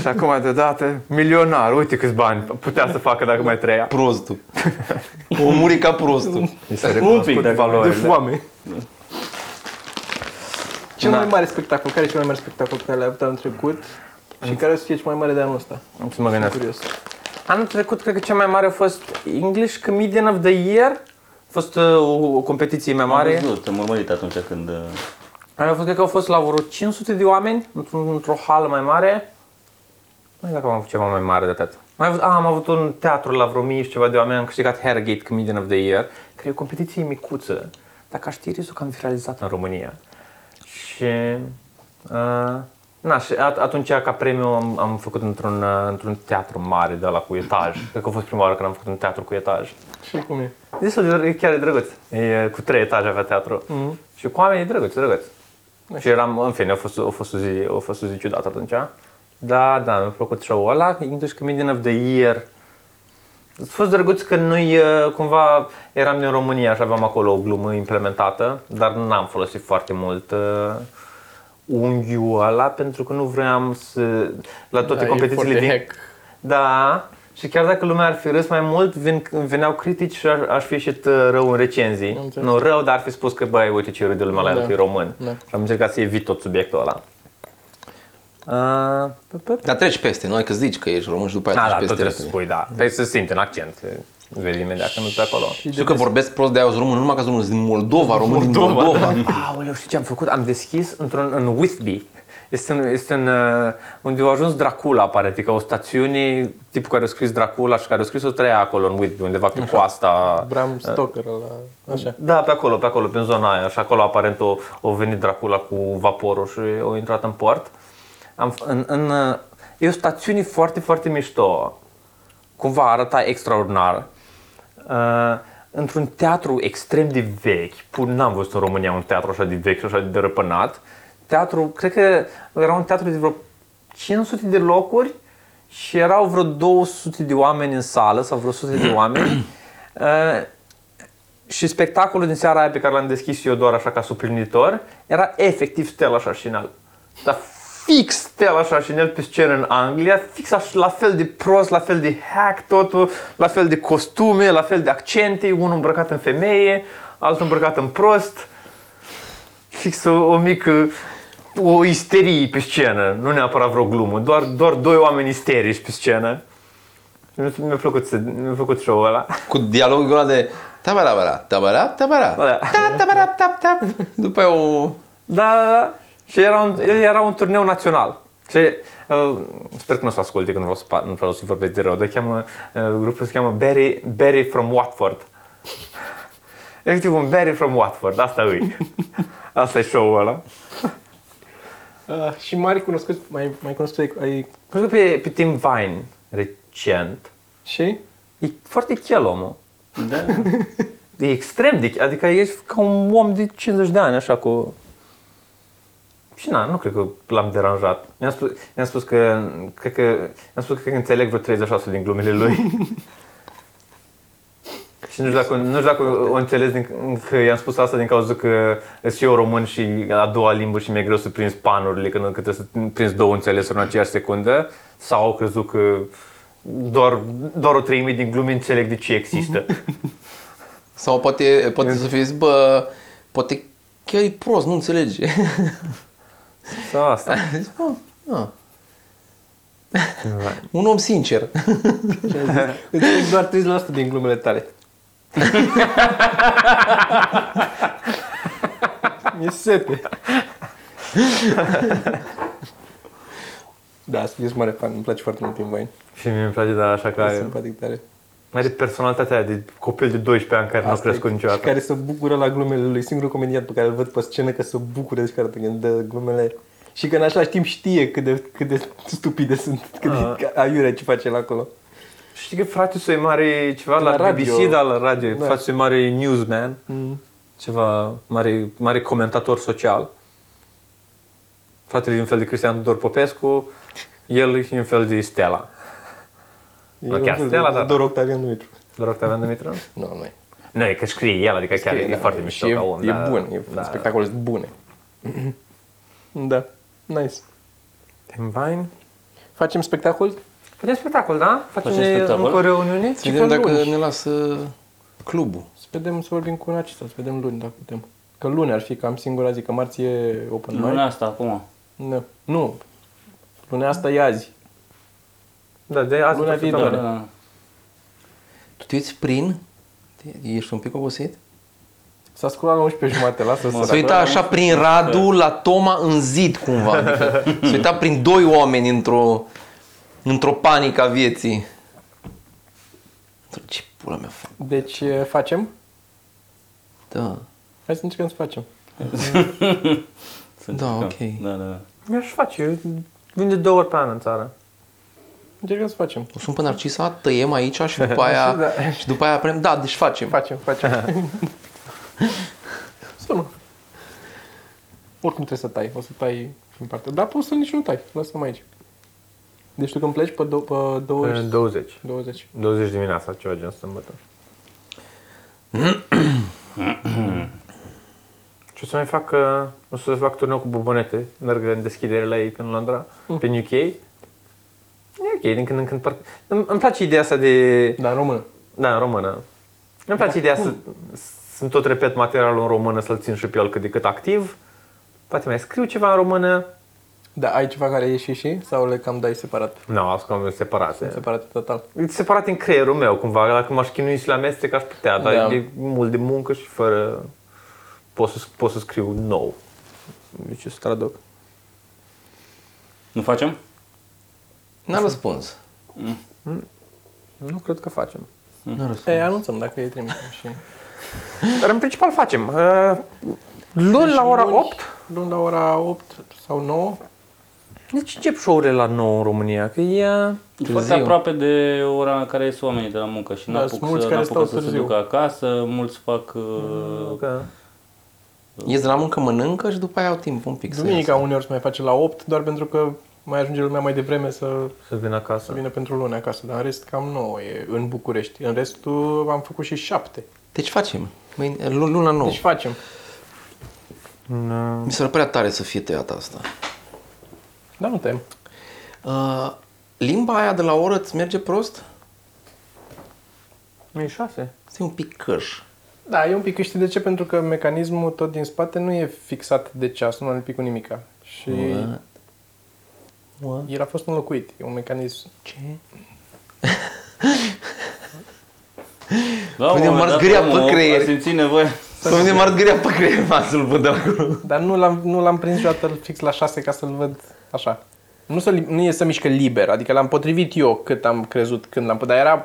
Speaker 5: și acum deodată, milionar, uite câți bani putea să facă dacă mai trăia.
Speaker 4: Prostul. O muri ca prostul.
Speaker 2: Un pic, dacă-
Speaker 5: de
Speaker 1: De
Speaker 5: valoare.
Speaker 1: foame. Cel
Speaker 5: Da.
Speaker 1: mai mare spectacol, care e cel mai mare spectacol pe care l-ai avut anul trecut și care o să fie cel mai mare de anul ăsta?
Speaker 5: Am să mă
Speaker 1: Sunt
Speaker 5: gândesc.
Speaker 1: curios.
Speaker 5: Anul trecut, cred că cea mai mare a fost English Comedian of the Year. A fost uh, o, o competiție mai mare.
Speaker 2: Am văzut, am urmărit atunci când... uh,
Speaker 5: Care au fost, cred că au fost la vreo 500 de oameni într-o, într-o hală mai mare. Nu știu dacă am avut ceva mai mare de atât. Mai avut, a, am avut un teatru la vreo mie și ceva de oameni, am câștigat Harrogate Comedian of the Year, care e o competiție micuță. Dacă aș ști riscul că am viralizat în România. Și... Uh, na, și at- atunci ca premiu am, am făcut într-un, uh, într-un teatru mare de la cu etaj. Cred că a fost prima oară când am făcut un teatru cu etaj.
Speaker 1: Și cum e?
Speaker 5: Destul de, e chiar e drăguț. E cu trei etaje avea teatru.
Speaker 1: Mhm.
Speaker 5: Mm-hmm. Și cu oamenii drăguți, drăguți. Și eram, în fine, a fost, a fost, o, zi, a fost o zi ciudată atunci. Da, da, mi-a plăcut show-ul ăla. English Comedian of the Year. A fost drăguț că noi uh, cumva eram din România și aveam acolo o glumă implementată, dar n-am folosit foarte mult uh, unghiul ăla pentru că nu vreau să... La toate
Speaker 1: Da, e
Speaker 5: competițiile
Speaker 1: foarte
Speaker 5: din...
Speaker 1: hack.
Speaker 5: Da, și chiar dacă lumea ar fi râs mai mult, vin, veneau critici și ar, aș fi ieșit uh, rău în recenzii.
Speaker 1: înțeles.
Speaker 5: Nu rău, dar ar fi spus că băi, uite ce râde lumea la el,
Speaker 1: Da.
Speaker 5: că e român.
Speaker 1: Da.
Speaker 5: Și am încercat să evit tot subiectul ăla. Uh, pă, pă, pă.
Speaker 4: Dar treci peste, noi că zici că ești român și după aia
Speaker 5: da,
Speaker 4: treci
Speaker 5: da, tot
Speaker 4: peste.
Speaker 5: trebuie să
Speaker 4: repede.
Speaker 5: spui, da. Trebuie să simți în accent. Vezi imediat că nu sunt acolo.
Speaker 4: Știu că vorbesc prost de aia român, nu numai că sunt român, sunt din Moldova, român din
Speaker 5: [laughs]
Speaker 4: Moldova.
Speaker 5: Aoleu, știi ce am făcut? Am deschis într-un, în Whitby. Este, un, este un, uh, unde a ajuns Dracula, apare, adică o stațiune, tipul care a scris Dracula și care a scris-o trăia acolo în Whitby, undeva pe coasta.
Speaker 1: Bram Stoker ăla, așa.
Speaker 5: Da, pe acolo, pe acolo, prin zona aia. Și acolo aparent o, o venit Dracula cu vaporul și o intrat în port. Am, în, în, uh, e o stațiune foarte, foarte mișto. Cumva arăta extraordinar. Uh, într-un teatru extrem de vechi, pur n-am văzut în România un teatru așa de vechi și așa de dărăpânat, teatru, cred că era un teatru de vreo 500 de locuri și erau vreo 200 de oameni în sală sau vreo 100 de oameni Uh, și spectacolul din seara aia pe care l-am deschis eu doar așa ca suplinitor era efectiv Stella Șarșinal. Dar fix Stella Șarșinal pe scenă în Anglia, fix aș, la fel de prost, la fel de hack totul, la fel de costume, la fel de accente, unul îmbrăcat în femeie, altul îmbrăcat în prost. Fix o, o mică o isterie pe scenă, nu neapărat vreo glumă, doar, doar doi oameni isterici pe scenă. Mi-a mi-a plăcut, să- mi-a plăcut show-ul ăla.
Speaker 4: Cu dialogul ăla de tabarabara, tabara, tabara,
Speaker 5: Da.
Speaker 4: ta, tabara, tap, tap. După aia o...
Speaker 5: Da, da, da. Și era un, era un turneu național. Și, uh, sper că nu o să asculte când vreau să, pa- nu vreau să vorbesc de rău, dar cheamă, uh, grupul se cheamă Barry, Barry from Watford. Efectiv un Barry from Watford, asta e. asta e show-ul ăla.
Speaker 1: Uh, și mari cunoscuți, mai, mai cunoscuți ai, ai
Speaker 5: Cred că pe, pe Tim Vine, recent,
Speaker 1: și?
Speaker 5: e foarte chel omul.
Speaker 2: Da.
Speaker 5: E extrem de adică ești ca un om de 50 de ani, așa, cu... Și na, nu cred că l-am deranjat. Mi-am spus, mi-am spus că, cred că, mi-am spus că, cred că înțeleg vreo 36 din glumele lui. și nu știu dacă, nu știu dacă o înțeles din, că i-am spus asta din cauza că sunt și eu român și a doua limbă și mi-e greu să prins panurile când, când trebuie să prins două înțelesuri în aceeași secundă. Sau au crezut că doar, doar o treime din glume înțeleg de
Speaker 1: [laughs]
Speaker 5: ce există.
Speaker 4: Sau poate, poate să fie zis, bă, poate chiar e prost, nu înțelege.
Speaker 5: Sau asta.
Speaker 4: Zis, bă, a. [laughs] Un om sincer.
Speaker 1: Înțeleg doar 30% din glumele tale. Mi-e sete. da, sunt ești mare fan, îmi place foarte mult Tim Vine.
Speaker 5: Și mie îmi place, dar așa că
Speaker 1: Da,
Speaker 5: are,
Speaker 1: simpatic tare.
Speaker 5: are personalitatea aia de copil de 12 ani care nu a
Speaker 1: Asta e.
Speaker 5: crescut
Speaker 1: Și
Speaker 5: niciodată.
Speaker 1: care se bucură la glumele lui. Singurul comedian pe care îl văd pe scenă că se bucură de fiecare dată când dă glumele. Și că în același timp știe cât de, cât de stupide sunt, cât de aiurea ce face el acolo.
Speaker 5: Știi că fratele său e mare ceva la,
Speaker 1: La
Speaker 5: la
Speaker 1: radio.
Speaker 5: BBC, dar la radio.
Speaker 1: Da.
Speaker 5: Da. Fratele său e mare newsman,
Speaker 1: Mm.
Speaker 5: ceva mare, mare comentator social. Fratele e un fel de Cristian Tudor Popescu, el e un fel de Stella.
Speaker 1: E
Speaker 5: Ok,
Speaker 1: un fel de
Speaker 5: Stella, da.
Speaker 1: Doar Octavian Dumitru.
Speaker 5: Doar Octavian Dumitru?
Speaker 4: Nu, nu e.
Speaker 5: Nu, e că scrie el, adică chiar e,
Speaker 1: da,
Speaker 5: foarte
Speaker 1: și
Speaker 5: mișto
Speaker 1: e,
Speaker 5: ca om.
Speaker 1: E
Speaker 5: da,
Speaker 1: bun, e
Speaker 5: da,
Speaker 1: da, spectacole da. bune. da, nice.
Speaker 5: Tim Vine.
Speaker 1: Facem spectacol?
Speaker 5: Facem spectacol, da? Facem,
Speaker 2: Facem spectacol.
Speaker 5: încă o reuniune?
Speaker 4: Să vedem dacă ne lasă clubul.
Speaker 1: Să vedem să vorbim cu un acesta, să vedem luni dacă putem. Că luni ar fi cam singura zi, că marți e open mic.
Speaker 2: Luna asta, acum.
Speaker 1: Nu. Nu. Lunea asta e azi.
Speaker 5: Da, de azi
Speaker 1: Luna
Speaker 5: profităm.
Speaker 1: viitoare.
Speaker 2: Da.
Speaker 4: Tu te uiți prin? Te- Ești un pic obosit?
Speaker 1: S-a sculat la 11 jumate, lasă
Speaker 2: Mă,
Speaker 1: să
Speaker 4: Se uita așa prin Radu la Toma în zid cumva. Adică se uita prin doi oameni într-o, într-o panică a vieții. Într-o- Ce pula mea fac?
Speaker 1: Deci eh, facem?
Speaker 4: Da.
Speaker 1: Hai să încercăm să facem.
Speaker 2: Să
Speaker 4: Da,
Speaker 2: încercăm.
Speaker 4: ok.
Speaker 2: Da, da, da.
Speaker 5: Mi-aș face, eu vin de două ori pe an în țară.
Speaker 1: Încercăm să facem.
Speaker 4: O sun pe Narcisa, tăiem aici și după aia,
Speaker 1: [laughs] Da.
Speaker 4: și după aia prem, da, deci facem.
Speaker 1: Facem, facem. Sună. Oricum trebuie să tai. O să tai și în parte. Dar poți să nici nu tai. Lasă-mă aici. Deci tu când pleci pe, dou- pe 20...
Speaker 5: 20.
Speaker 1: 20.
Speaker 5: 20 dimineața, ceva gen sâmbătă. Și o să mai fac, uh, o să fac turneu cu bubonete. Merg în deschidere la ei prin Londra, prin UK. E ok, din când în când. Par... Îmi, îmi place ideea asta de...
Speaker 1: Dar în română.
Speaker 5: Da, în română. Îmi place ideea să, să tot repet materialul în română, să-l țin și pe el cât de cât activ. Poate mai scriu ceva în română.
Speaker 1: Da, ai ceva care e și și? Sau le cam dai separat?
Speaker 5: Nu, no, asta
Speaker 3: Da.
Speaker 5: separate.
Speaker 1: Separat total.
Speaker 5: E separat în creierul meu, cumva. Dacă m-aș chinui și la amestec, aș putea, dar
Speaker 1: Da.
Speaker 5: da. e mult de muncă și fără... Pot să, pot să scriu nou. Deci să traduc.
Speaker 2: Nu facem?
Speaker 4: N-a răspuns.
Speaker 5: Nu cred că facem.
Speaker 4: N-a răspuns.
Speaker 1: E, anunțăm dacă e trimis. Și...
Speaker 5: Dar în principal facem. Uh, luni la ora
Speaker 1: Luni-
Speaker 5: 8,
Speaker 1: Luni la ora 8 sau 9.
Speaker 3: De ce încep show-urile la 9 în România? Că e...
Speaker 2: E Foarte aproape de ora în care ies oamenii de la muncă și
Speaker 1: Da,
Speaker 2: n-apuc
Speaker 1: sunt
Speaker 2: să,
Speaker 1: mulți care
Speaker 2: n-apucă
Speaker 1: stau
Speaker 2: să se
Speaker 1: târziu.
Speaker 2: ducă acasă, mulți fac... Uh,
Speaker 3: Că...
Speaker 4: Ies de la muncă, mănâncă și după aia au timp un pic să
Speaker 1: Duminica
Speaker 4: iasă.
Speaker 1: uneori se mai face la 8, doar pentru că mai ajunge lumea mai devreme să,
Speaker 3: Să vin
Speaker 1: să
Speaker 3: acasă.
Speaker 1: vină pentru luni acasă, dar în rest cam 9 e în București. În restul am făcut și 7.
Speaker 4: Deci facem. Mâine, lu- luna nouă.
Speaker 1: Deci facem.
Speaker 4: Mi s-ar părea tare să fie tăiat asta. Da,
Speaker 1: Dar nu tem.
Speaker 4: Uh, limba aia de la oră îți merge prost?
Speaker 3: E 6.
Speaker 4: Este un pic căș.
Speaker 1: Da, e un pic, știi de ce? Pentru că mecanismul tot din spate nu e fixat de ceas, nu alipi cu nimica. Și
Speaker 4: What? What?
Speaker 1: el a fost înlocuit, e un mecanism.
Speaker 4: Ce?
Speaker 2: la un
Speaker 4: Pune
Speaker 2: moment dat
Speaker 4: mărzgâria
Speaker 2: omul
Speaker 4: pe creier.
Speaker 2: A simțit nevoie.
Speaker 1: Păi
Speaker 4: Să mi m-ar gârea pe creier, m-a să-l văd acolo.
Speaker 1: Dar nu l-am, nu l-am prins niciodată fix la 6 ca să-l văd așa. Nu, să, nu e să mișcă liber, adică l-am potrivit eu cât am crezut când l-am pus, dar era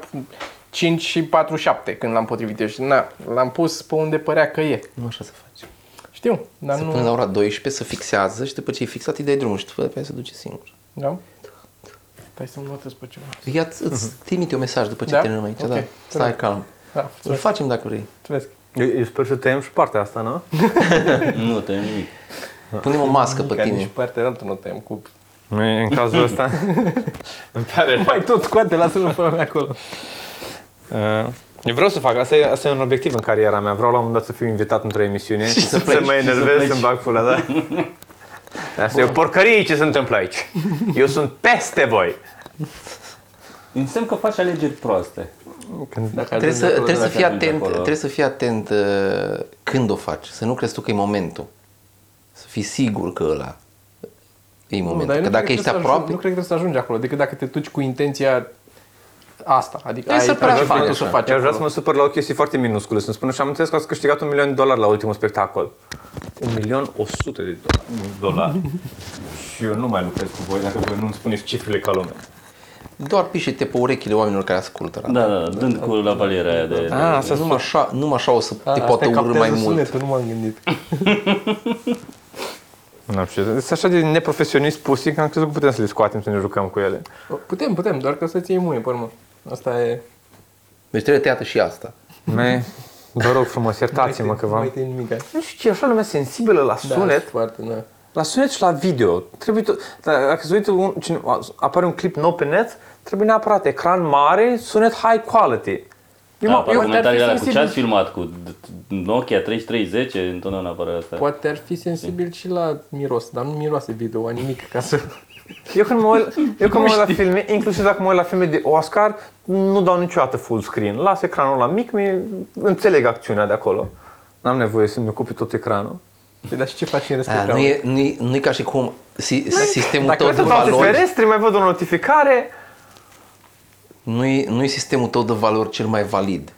Speaker 1: 5 și 4, 7 când l-am potrivit eu și na, l-am pus pe unde părea că e.
Speaker 4: Nu așa să faci.
Speaker 1: Știu, dar
Speaker 4: Să
Speaker 1: nu...
Speaker 4: până la ora 12 să fixează și după ce e fixat îi dai drumul și după aceea se duce singur.
Speaker 1: Da? Stai să-mi notez pe ceva.
Speaker 4: Ia îți trimite un mesaj după ce
Speaker 1: Mhm. Da?
Speaker 4: terminăm aici,
Speaker 1: Ok.
Speaker 4: da. Stai calm.
Speaker 1: Da,
Speaker 4: Îl
Speaker 1: mulțumesc.
Speaker 4: facem dacă vrei.
Speaker 1: mulțumesc.
Speaker 3: Eu, eu sper să tăiem și partea asta, nu?
Speaker 2: Nu, te nimic.
Speaker 4: Punem o mască pe
Speaker 1: Ca nici
Speaker 4: tine.
Speaker 1: partea altă nu tăiem cu...
Speaker 3: În [laughs] cazul ăsta... Îmi pare rău.
Speaker 1: Mai tot scoate, lasă-l pe ăla acolo.
Speaker 3: Uh, Eu vreau să fac, asta e, asta e un obiectiv în cariera mea. Vreau la un moment dat să fiu invitat într-o emisiune și
Speaker 4: să pleci,
Speaker 3: mă
Speaker 4: și să
Speaker 3: enervez,
Speaker 4: pleci.
Speaker 3: să-mi bag pula, da? Asta e o porcărie ce se întâmplă aici. Eu sunt peste voi.
Speaker 2: Înseamnă că faci alegeri proaste.
Speaker 3: Când,
Speaker 4: Trebuie să,
Speaker 2: ajungi
Speaker 4: trebuie să
Speaker 2: acolo,
Speaker 4: fii
Speaker 2: dacă
Speaker 4: atent,
Speaker 2: ajungi acolo.
Speaker 4: trebuie să fii atent uh, când o faci, să nu crezi tu că e momentul. Să fii sigur că ăla e
Speaker 1: dar
Speaker 4: momentul.
Speaker 1: eu
Speaker 4: că
Speaker 1: nu
Speaker 4: dacă
Speaker 1: cred
Speaker 4: ești
Speaker 1: că trebuie să ajung-
Speaker 4: aproape,
Speaker 1: Nu cred că trebuie să ajungi acolo, decât dacă te duci cu intenția asta. Adică
Speaker 4: Trebuie să-l
Speaker 1: ai,
Speaker 4: prea
Speaker 1: ai
Speaker 4: faci
Speaker 1: vrut
Speaker 4: așa.
Speaker 1: să faci
Speaker 3: eu vreau
Speaker 1: acolo.
Speaker 3: să mă supăr la o chestie foarte minusculă. Să-mi spună și am înțeles că ați câștigat un milion de dolari la ultimul spectacol. Un milion o sută de dola- dolari. și eu nu mai lucrez cu voi dacă voi nu-mi spuneți cifrele ca lumea.
Speaker 4: doar pișe-te pe urechile oamenilor care ascultă.
Speaker 2: Da, da, da, dând cu la valiera aia de...
Speaker 1: Da,
Speaker 4: Ah, asta numai, așa, numai așa o să
Speaker 2: Ah,
Speaker 4: te poată
Speaker 1: Asta e
Speaker 4: urâ mai
Speaker 1: captează
Speaker 4: mult.
Speaker 1: Sunetul, nu m-am gândit.
Speaker 3: Nu știu, sunt așa de neprofesionist pusi că am crezut că putem să le scoatem să ne jucăm cu ele.
Speaker 1: Putem, putem, doar că să-ți iei muie, pe urmă. Asta
Speaker 4: Ah.
Speaker 1: e...
Speaker 4: Deci trebuie tăiată și asta.
Speaker 3: Mai, Mm. vă rog frumos, iertați-mă că v-am...
Speaker 1: Mai te nimic.
Speaker 3: Nu știu, ce, așa lumea sensibilă la
Speaker 1: Da,
Speaker 3: sunet, da.
Speaker 1: foarte, da.
Speaker 3: la sunet și la video. Trebuie tot, da- dacă se uită, un, cine, apare un clip nou pe net, trebuie neapărat ecran mare, sunet high quality. Eu,
Speaker 2: Da,
Speaker 3: mă-
Speaker 2: apar
Speaker 3: eu,
Speaker 2: comentariile alea cu ce
Speaker 1: sensibil.
Speaker 2: ați filmat, cu d- d- Nokia 3310, întotdeauna apare asta.
Speaker 1: Poate ar fi sensibil și la miros, dar nu miroase video, a nimic, ca să...
Speaker 3: eu, când mă uit, eu când mă uit la filme, inclusiv dacă mă uit la filme de Oscar, nu dau niciodată full screen. Las ecranul la mic, mi înțeleg acțiunea de acolo. N-am nevoie să-mi ocupe tot ecranul.
Speaker 1: Păi, dar și ce faci în
Speaker 2: Ah,
Speaker 4: Aia,
Speaker 1: respectul?
Speaker 4: Ah, nu, e, nu, e, nu e ca și cum si, sistemul
Speaker 3: Dacă
Speaker 4: tău
Speaker 3: uit
Speaker 4: de
Speaker 3: în toate
Speaker 4: valori
Speaker 3: ferestre, mai văd o notificare.
Speaker 4: nu e, nu e sistemul tău de valori cel mai valid.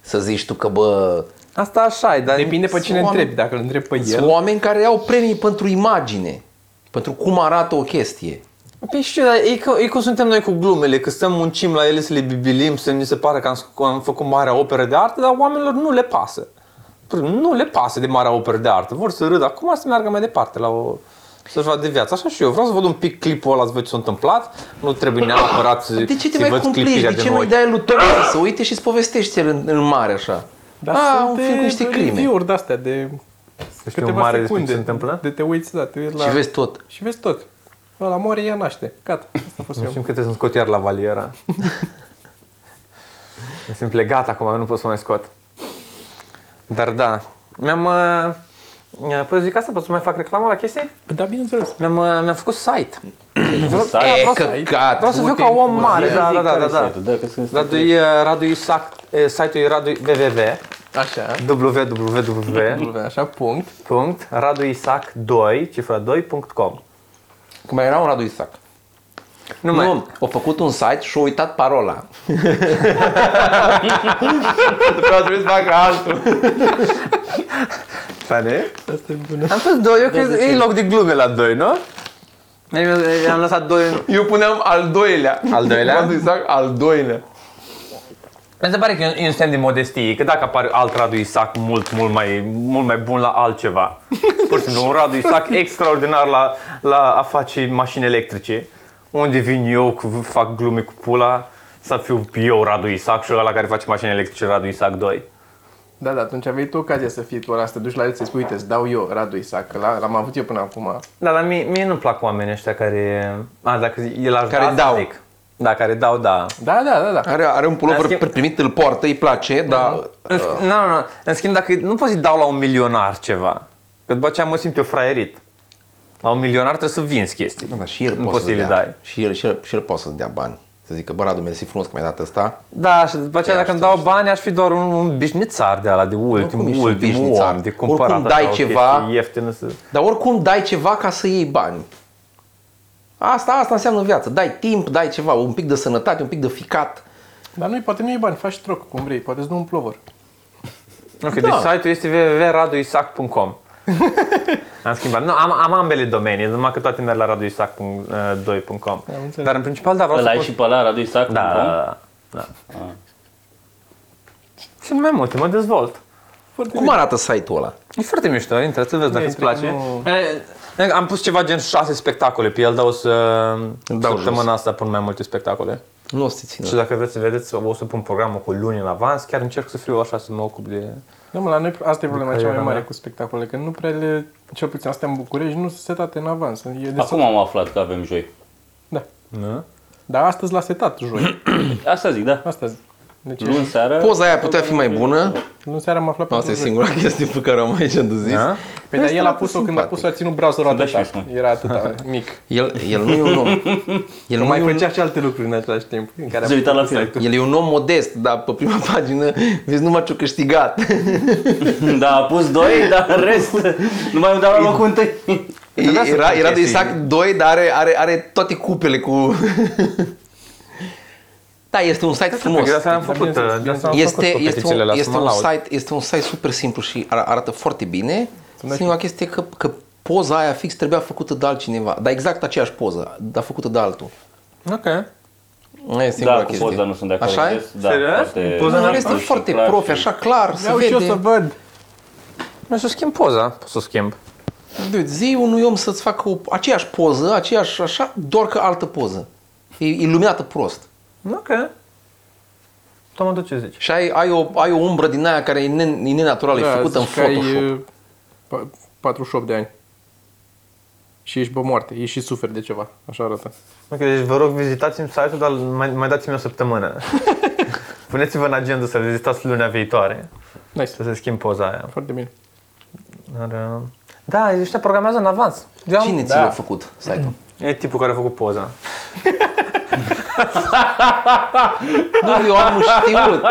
Speaker 4: Să zici tu că bă,
Speaker 3: Asta așa e, dar
Speaker 1: Depinde pe cine
Speaker 4: Oameni-
Speaker 1: întrebi, dacă îl întrebi pe
Speaker 4: sunt
Speaker 1: el.
Speaker 4: oameni care au premii pentru imagine, pentru cum arată o chestie.
Speaker 3: Păi știu, dar e, că, e cum suntem noi cu glumele, că stăm muncim la ele să le bibilim, să ni se pare că am, sc- am făcut marea operă de artă, dar oamenilor nu le pasă. Pur- Nu le pasă de marea operă de artă, vor să râdă acum să meargă mai departe la o să-și vadă de viață. Așa și eu. Vreau să văd un pic clipul ăla, să văd ce s-a întâmplat. Nu trebuie neapărat să
Speaker 4: De ce te
Speaker 3: să-i
Speaker 4: mai
Speaker 3: văd
Speaker 4: complici?
Speaker 3: clipirea
Speaker 4: De ce
Speaker 3: din
Speaker 4: nu-i
Speaker 3: ochi.
Speaker 4: dai lui Tony să uite și îți povestești el în, în mare așa?
Speaker 1: Dar
Speaker 4: A, un
Speaker 1: sunt
Speaker 4: film cu Ah, niște crime.
Speaker 1: review-uri de-astea, de
Speaker 3: știu
Speaker 1: câteva
Speaker 3: mare despre
Speaker 1: secunde.
Speaker 3: ce se întâmplă?
Speaker 1: De te uiți, da, te uiți la...
Speaker 4: Și vezi tot.
Speaker 1: Și vezi tot. Ăla moare, ea naște. Gata, asta a fost
Speaker 3: Nu
Speaker 1: eu.
Speaker 3: știm câte sunt scot iar la valiera. [laughs] Sunt plegat acum, nu pot să mai scot. Dar da, mi-am... Uh, păi zic asta, pot să mai fac reclamă la chestii?
Speaker 1: Da, bineînțeles.
Speaker 3: Mi-am, uh, mi-am făcut site. Vreau,
Speaker 2: site?
Speaker 3: da, vreau, să,
Speaker 4: căcat,
Speaker 3: vreau să fiu
Speaker 4: du-te
Speaker 3: ca
Speaker 4: în
Speaker 3: om mare,
Speaker 2: Zi,
Speaker 3: da,
Speaker 2: zi
Speaker 3: da, da, da,
Speaker 2: care
Speaker 3: uh,
Speaker 2: e
Speaker 3: da.
Speaker 2: site-ul, dacă sunt-
Speaker 3: Radu, e, Radu Isac, e, uh, site-ul e Radu www.
Speaker 1: Așa.
Speaker 3: www.
Speaker 1: Așa, punct.
Speaker 3: Raduisac 2, cifra 2.com.
Speaker 4: Cum mai era un Radu Isac.
Speaker 3: Nu
Speaker 4: Nu,
Speaker 3: mai.
Speaker 4: nu a făcut un site și a uitat parola.
Speaker 3: După a trebuit să fac altul. Tane?
Speaker 1: Asta e bună.
Speaker 3: Am fost doi, eu cred că e loc de glume la doi, nu? am lăsat doi în...
Speaker 4: [laughs] Eu puneam al doilea.
Speaker 3: Al doilea?
Speaker 4: Radu Isac al doilea.
Speaker 5: Mi se pare că e un- e un semn de modestie, că dacă apare alt Radu Isac mult, mult mai, mult mai bun la altceva. Pur și simplu, un Radu
Speaker 4: [laughs]
Speaker 5: Isac extraordinar la, la a face mașini electrice. Unde vin eu, cu- fac glume cu pula, să fiu eu Radu Isac și la care face mașini electrice Radu Isac 2.
Speaker 1: Da, da, atunci aveai tu ocazia să fii tu ăla, să te duci la el să-i spui, uite, îți dau eu, Radu Isac, că la- l-am avut eu până acum.
Speaker 5: Da, dar mie, mie nu-mi plac oamenii ăștia care... A, dacă zi- el aș
Speaker 4: Care
Speaker 5: da, să
Speaker 4: dau.
Speaker 5: Zic. Da, care dau, da.
Speaker 1: Da, da, da, da.
Speaker 4: Are, are un
Speaker 5: Dar
Speaker 4: pulover
Speaker 5: schimb-
Speaker 4: primit, îl poartă, îi place, dar
Speaker 5: În, uh. nu, nu, nu. În schimb, dacă nu poți să-i dau la un milionar ceva, că după aceea mă simt eu fraierit. La un milionar trebuie să vinzi chestii.
Speaker 4: Da, da, și el
Speaker 5: nu
Speaker 4: poate
Speaker 5: poți
Speaker 4: să
Speaker 5: să-i le
Speaker 4: dai.
Speaker 5: dai.
Speaker 4: Și el, și, el, și el poate să-ți dea bani. Să zică, bă, Radu, mersi frumos că mi-ai dat ăsta.
Speaker 5: Da, și după aceea dacă îmi dau bani, aș fi doar un, un bișnițar de ala, de ultim,
Speaker 4: Oricum ești un
Speaker 5: ultimul
Speaker 4: bișnițar.
Speaker 5: om, de cumpărat.
Speaker 4: Oricum
Speaker 5: așa,
Speaker 4: dai
Speaker 5: o chestie
Speaker 4: ceva.
Speaker 5: Ieftină să...
Speaker 4: Dar oricum dai ceva ca să iei bani. Asta, asta înseamnă viață. Dai timp, dai ceva, un pic de sănătate, un pic de ficat.
Speaker 1: Dar nu-i, poate nu-i bani, faci troc cum vrei, poate îți dau un plover.
Speaker 5: Ok, da. deci site-ul este [laughs] www.raduisac.com Am schimbat. Nu, am, am ambele domenii, numai că toate merg la uh, raduisac.2.com Dar în principal, da, vreau
Speaker 2: Ăla
Speaker 5: să
Speaker 2: ai și Ah. pe ăla, Radu Isac?
Speaker 5: Da, da, da, da. Sunt mai multe, mă dezvolt.
Speaker 4: Cum arată site-ul ăla?
Speaker 5: E foarte mișto, intră, să vezi dacă îți place. E, Am pus ceva gen șase spectacole pe el, dar o să
Speaker 4: dau
Speaker 5: săptămâna asta pun mai multe spectacole.
Speaker 4: Nu o să te țină.
Speaker 5: Da. Și dacă vreți să vedeți, o să pun programul cu luni în avans, chiar încerc să fiu așa să mă ocup de...
Speaker 1: Da, mă, la noi asta e problema cea mai
Speaker 5: cariera
Speaker 1: mare
Speaker 5: mea.
Speaker 1: cu spectacolele, că nu prea le, cel puțin astea în București, nu sunt setate în avans. E de
Speaker 2: Acum am aflat că avem joi.
Speaker 1: Da.
Speaker 5: Nu?
Speaker 1: Dar astăzi l-a setat joi.
Speaker 2: Asta zic, da.
Speaker 1: Asta zic. Deci,
Speaker 2: Luni seara.
Speaker 4: Poza aia putea fi mai bună.
Speaker 1: luni seara am aflat
Speaker 4: Asta e
Speaker 1: pentru joi.
Speaker 4: singura [laughs] chestie pe care o am aici de zis.
Speaker 5: Da?
Speaker 1: Păi, dar el a
Speaker 4: arată
Speaker 1: pus-o când a
Speaker 4: simpatic.
Speaker 1: pus-o, a ținut brațul atâta.
Speaker 2: și mie, mă.
Speaker 1: Era atâta mic.
Speaker 4: El, el nu e
Speaker 5: [laughs]
Speaker 4: un om. El, nu
Speaker 1: Mai
Speaker 4: e un,
Speaker 1: făcea și alte lucruri în același timp. În care a
Speaker 2: Se uita la film.
Speaker 4: el e un om modest, dar pe prima [laughs] pagină vezi numai ce-o câștigat.
Speaker 2: Da, a pus doi, dar în rest nu mai îmi dau la locul întâi.
Speaker 5: Trebuia să
Speaker 4: Era,
Speaker 5: fie
Speaker 4: era de
Speaker 5: chestii.
Speaker 4: Isaac 2, dar are, are, are toate cupele cu... [laughs] da, este un site frumos.
Speaker 5: De asta am făcut,
Speaker 1: bine,
Speaker 5: de asta am
Speaker 4: Este,
Speaker 5: făcut
Speaker 4: este,
Speaker 5: competițiile
Speaker 4: un,
Speaker 5: la
Speaker 4: este,
Speaker 5: Summer
Speaker 4: un
Speaker 5: Loud.
Speaker 4: site, este un site super simplu și ar- arată foarte bine. Singura chestie e că, că poza aia fix trebuia făcută de altcineva. Dar exact aceeași poză, dar făcută de altul.
Speaker 5: Ok.
Speaker 4: Aia e singura
Speaker 2: Da, cu
Speaker 4: chestie.
Speaker 2: poza nu sunt de acord.
Speaker 4: Așa e?
Speaker 2: Vezi? Da,
Speaker 5: Serios?
Speaker 2: foarte-
Speaker 5: Poza
Speaker 4: Nu,
Speaker 5: n-ar
Speaker 4: în rest e
Speaker 2: nu știu,
Speaker 4: foarte
Speaker 2: clar
Speaker 4: profi,
Speaker 2: și-
Speaker 4: așa clar, se
Speaker 1: Iau și eu să
Speaker 4: vede.
Speaker 1: văd.
Speaker 5: Nu să schimb poza, pot să schimb.
Speaker 4: Dude, zi unui om să-ți facă o, aceeași poză, aceeași așa, doar că altă poză. E iluminată prost.
Speaker 5: Ok. Toma, tu ce zici?
Speaker 4: Și ai, ai, o, ai o umbră din aia care e, ne, e nenaturală, e făcută în
Speaker 1: zici Da, că ai,
Speaker 4: Photoshop.
Speaker 1: e, pa- 48 de ani. Și ești bă moarte, ești și suferi de ceva, așa arată.
Speaker 5: Ok, deci vă rog, vizitați-mi site-ul, dar mai, mai dați-mi o [laughs] săptămână. Puneți-vă în agenda să vizitați lunea viitoare. Să
Speaker 1: Nice,
Speaker 5: se schimb poza aia.
Speaker 1: foarte bine.
Speaker 5: Dar, uh, da, ăștia programează în avans. Eu am-
Speaker 4: Cine ți l-a făcut site-ul?
Speaker 5: E tipul care a făcut poza.
Speaker 4: Nu, eu am știut.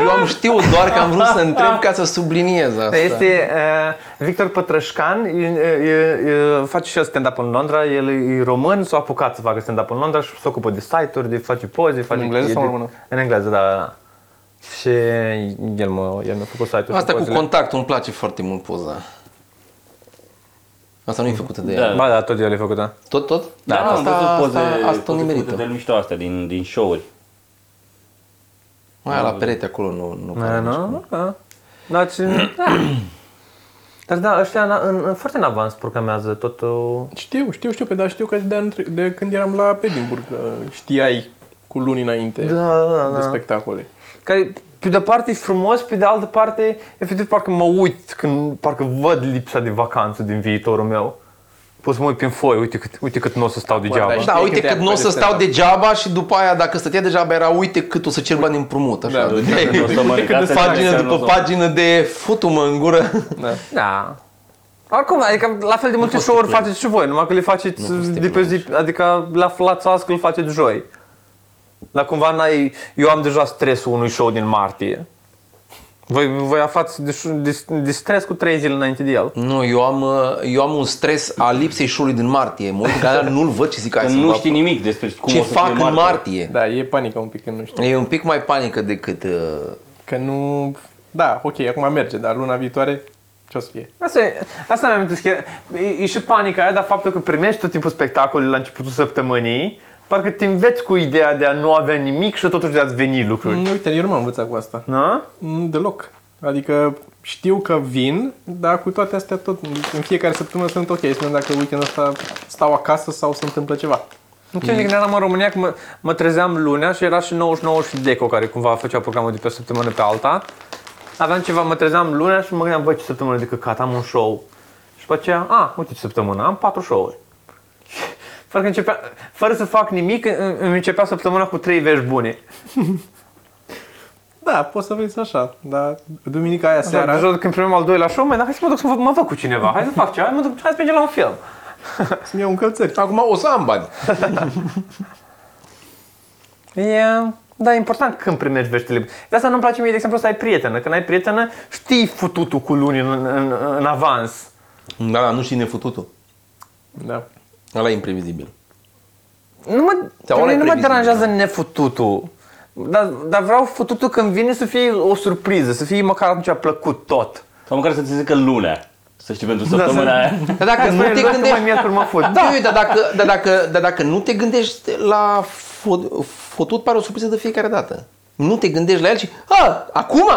Speaker 4: Eu am știut, doar că am vrut să întreb ca să subliniez asta.
Speaker 5: Da,
Speaker 2: Păi
Speaker 5: Este uh, Victor Pătrășcan, e, e, e, face și el stand-up în Londra, el e român, s-a apucat să facă stand-up în Londra și se ocupă de site-uri, de face poze, face
Speaker 1: engleză
Speaker 5: e
Speaker 1: sau în
Speaker 5: de-
Speaker 1: română?
Speaker 5: În engleză, da, da. da. Și el, mă, el mi-a făcut site-ul
Speaker 4: Asta cu
Speaker 5: pozele.
Speaker 4: contactul îmi place foarte mult poza. Asta nu e făcută de
Speaker 2: Da.
Speaker 4: ea.
Speaker 5: Ba da, tot el a făcut, da.
Speaker 4: Tot, tot?
Speaker 2: Da, am
Speaker 4: asta,
Speaker 2: văzut poze,
Speaker 4: asta, asta o
Speaker 2: poze făcute de
Speaker 4: nimerită.
Speaker 2: el mișto astea din, din show-uri.
Speaker 4: Mai la perete acolo nu, nu
Speaker 5: Da,
Speaker 4: care nici cum.
Speaker 5: nu? Da. Dar, ce- da. Dar da, ăștia în, în, în foarte în avans programează tot uh,
Speaker 1: Știu, știu, știu, pe dar știu că de, anul tre- de când eram la Edinburgh uh, știai cu luni înainte
Speaker 5: da, da,
Speaker 1: de
Speaker 5: da.
Speaker 1: spectacole.
Speaker 5: care pe de o parte e frumos, pe de altă parte, efectiv, parcă mă uit când parcă văd lipsa de vacanță din viitorul meu. Pot să mă uit prin foi, uite cât, uite cât nu o să stau degeaba.
Speaker 1: da,
Speaker 4: Da,
Speaker 1: Știi
Speaker 4: uite
Speaker 1: când
Speaker 4: cât
Speaker 1: te
Speaker 4: nu o să
Speaker 1: apare
Speaker 2: da.
Speaker 4: stau degeaba și după aia, dacă stătea degeaba, era uite cât o să cer bani împrumut, așa.
Speaker 1: Da,
Speaker 4: De-
Speaker 2: O să mă ridic, asta
Speaker 4: [laughs] pagină
Speaker 2: înseamnă o
Speaker 4: după
Speaker 2: să-
Speaker 4: pagină de futu-mă în gură.
Speaker 5: da. Oricum, adică la fel de multe show-uri faceți și voi, numai că le faceți de pe zi, adică la aflați azi că le faceți joi. Dar cumva n-ai, eu am deja stresul unui show din martie. Voi, voi aflați de, de, de stres cu trei zile înainte de el.
Speaker 4: Nu, eu am, uh, eu am un stres al lipsei șului din martie. Mă uit la el, nu-l văd și zic, hai
Speaker 2: Că
Speaker 4: să
Speaker 2: nu
Speaker 4: fac-
Speaker 2: știi nimic despre cum
Speaker 4: ce
Speaker 2: o să fie
Speaker 4: fac în martie. Da.
Speaker 1: Da, e panică un pic când nu știi.
Speaker 4: E un pic mai panică decât... uh,
Speaker 1: Că nu... Da, ok, acum merge, dar luna viitoare ce o să fie?
Speaker 5: Asta, e, asta mi-am inteles că e, e și panica aia, dar faptul că primești tot timpul spectacolele la începutul săptămânii,
Speaker 3: Parcă te înveți cu ideea de a nu avea nimic și totuși de a-ți veni
Speaker 5: Mm.
Speaker 3: lucruri.
Speaker 1: Nu, uite, eu nu m-am învățat cu asta.
Speaker 3: Na?
Speaker 1: Mm, Deloc. Adică știu că vin, dar cu toate astea tot, în fiecare săptămână sunt ok, să vedem dacă weekendul ăsta stau acasă sau se întâmplă ceva.
Speaker 5: Nu știu, când eram în România, că mă, mă trezeam lunea și era și 99 și Deco, care cumva făcea programul de pe o săptămână pe alta. Aveam ceva, mă trezeam lunea și mă gândeam, bă, ce săptămână de căcat, am un show. Și după aceea, a, uite ce săptămână, am patru show-uri. [laughs] Parcă începea, fără să fac nimic, îmi îmi începea săptămâna cu trei vești bune.
Speaker 1: Da, poți să vezi așa, dar duminica aia
Speaker 5: Seara,
Speaker 1: seara...
Speaker 5: jos, când primim al doilea show, mă, dar hai să mă duc să mă, mă văd cu cineva, hai să fac ceva, hai, mă duc, hai să mergem la un film.
Speaker 1: Să-mi iau încălțări.
Speaker 6: Acum o să am bani.
Speaker 5: E, da, e important când primești veștile. De asta nu-mi place mie, de exemplu, să ai prietenă. Când ai prietenă, știi fututul cu luni în, în, în avans.
Speaker 4: Da, da, nu știi nefututul.
Speaker 1: Da.
Speaker 4: Ăla e imprevizibil.
Speaker 5: Nu mă,
Speaker 4: Sau
Speaker 5: pe
Speaker 4: ăla e
Speaker 5: mine nu mă
Speaker 4: previzibil,
Speaker 5: deranjează nefututul. Dar, dar vreau fututul [laughs] când vine să fie o surpriză, să fie măcar atunci plăcut tot.
Speaker 2: Sau măcar să ți se zică lunea. Să știi pentru săptămâna aia. Da,
Speaker 4: Dar dacă nu te
Speaker 5: Mai
Speaker 4: gândești...
Speaker 5: miercuri mă fut.
Speaker 4: Da, dar dacă, dar, dacă, dar dacă nu te gândești la fot, fotut, pare o surpriză de fiecare dată. Nu te gândești la el și, a, acum?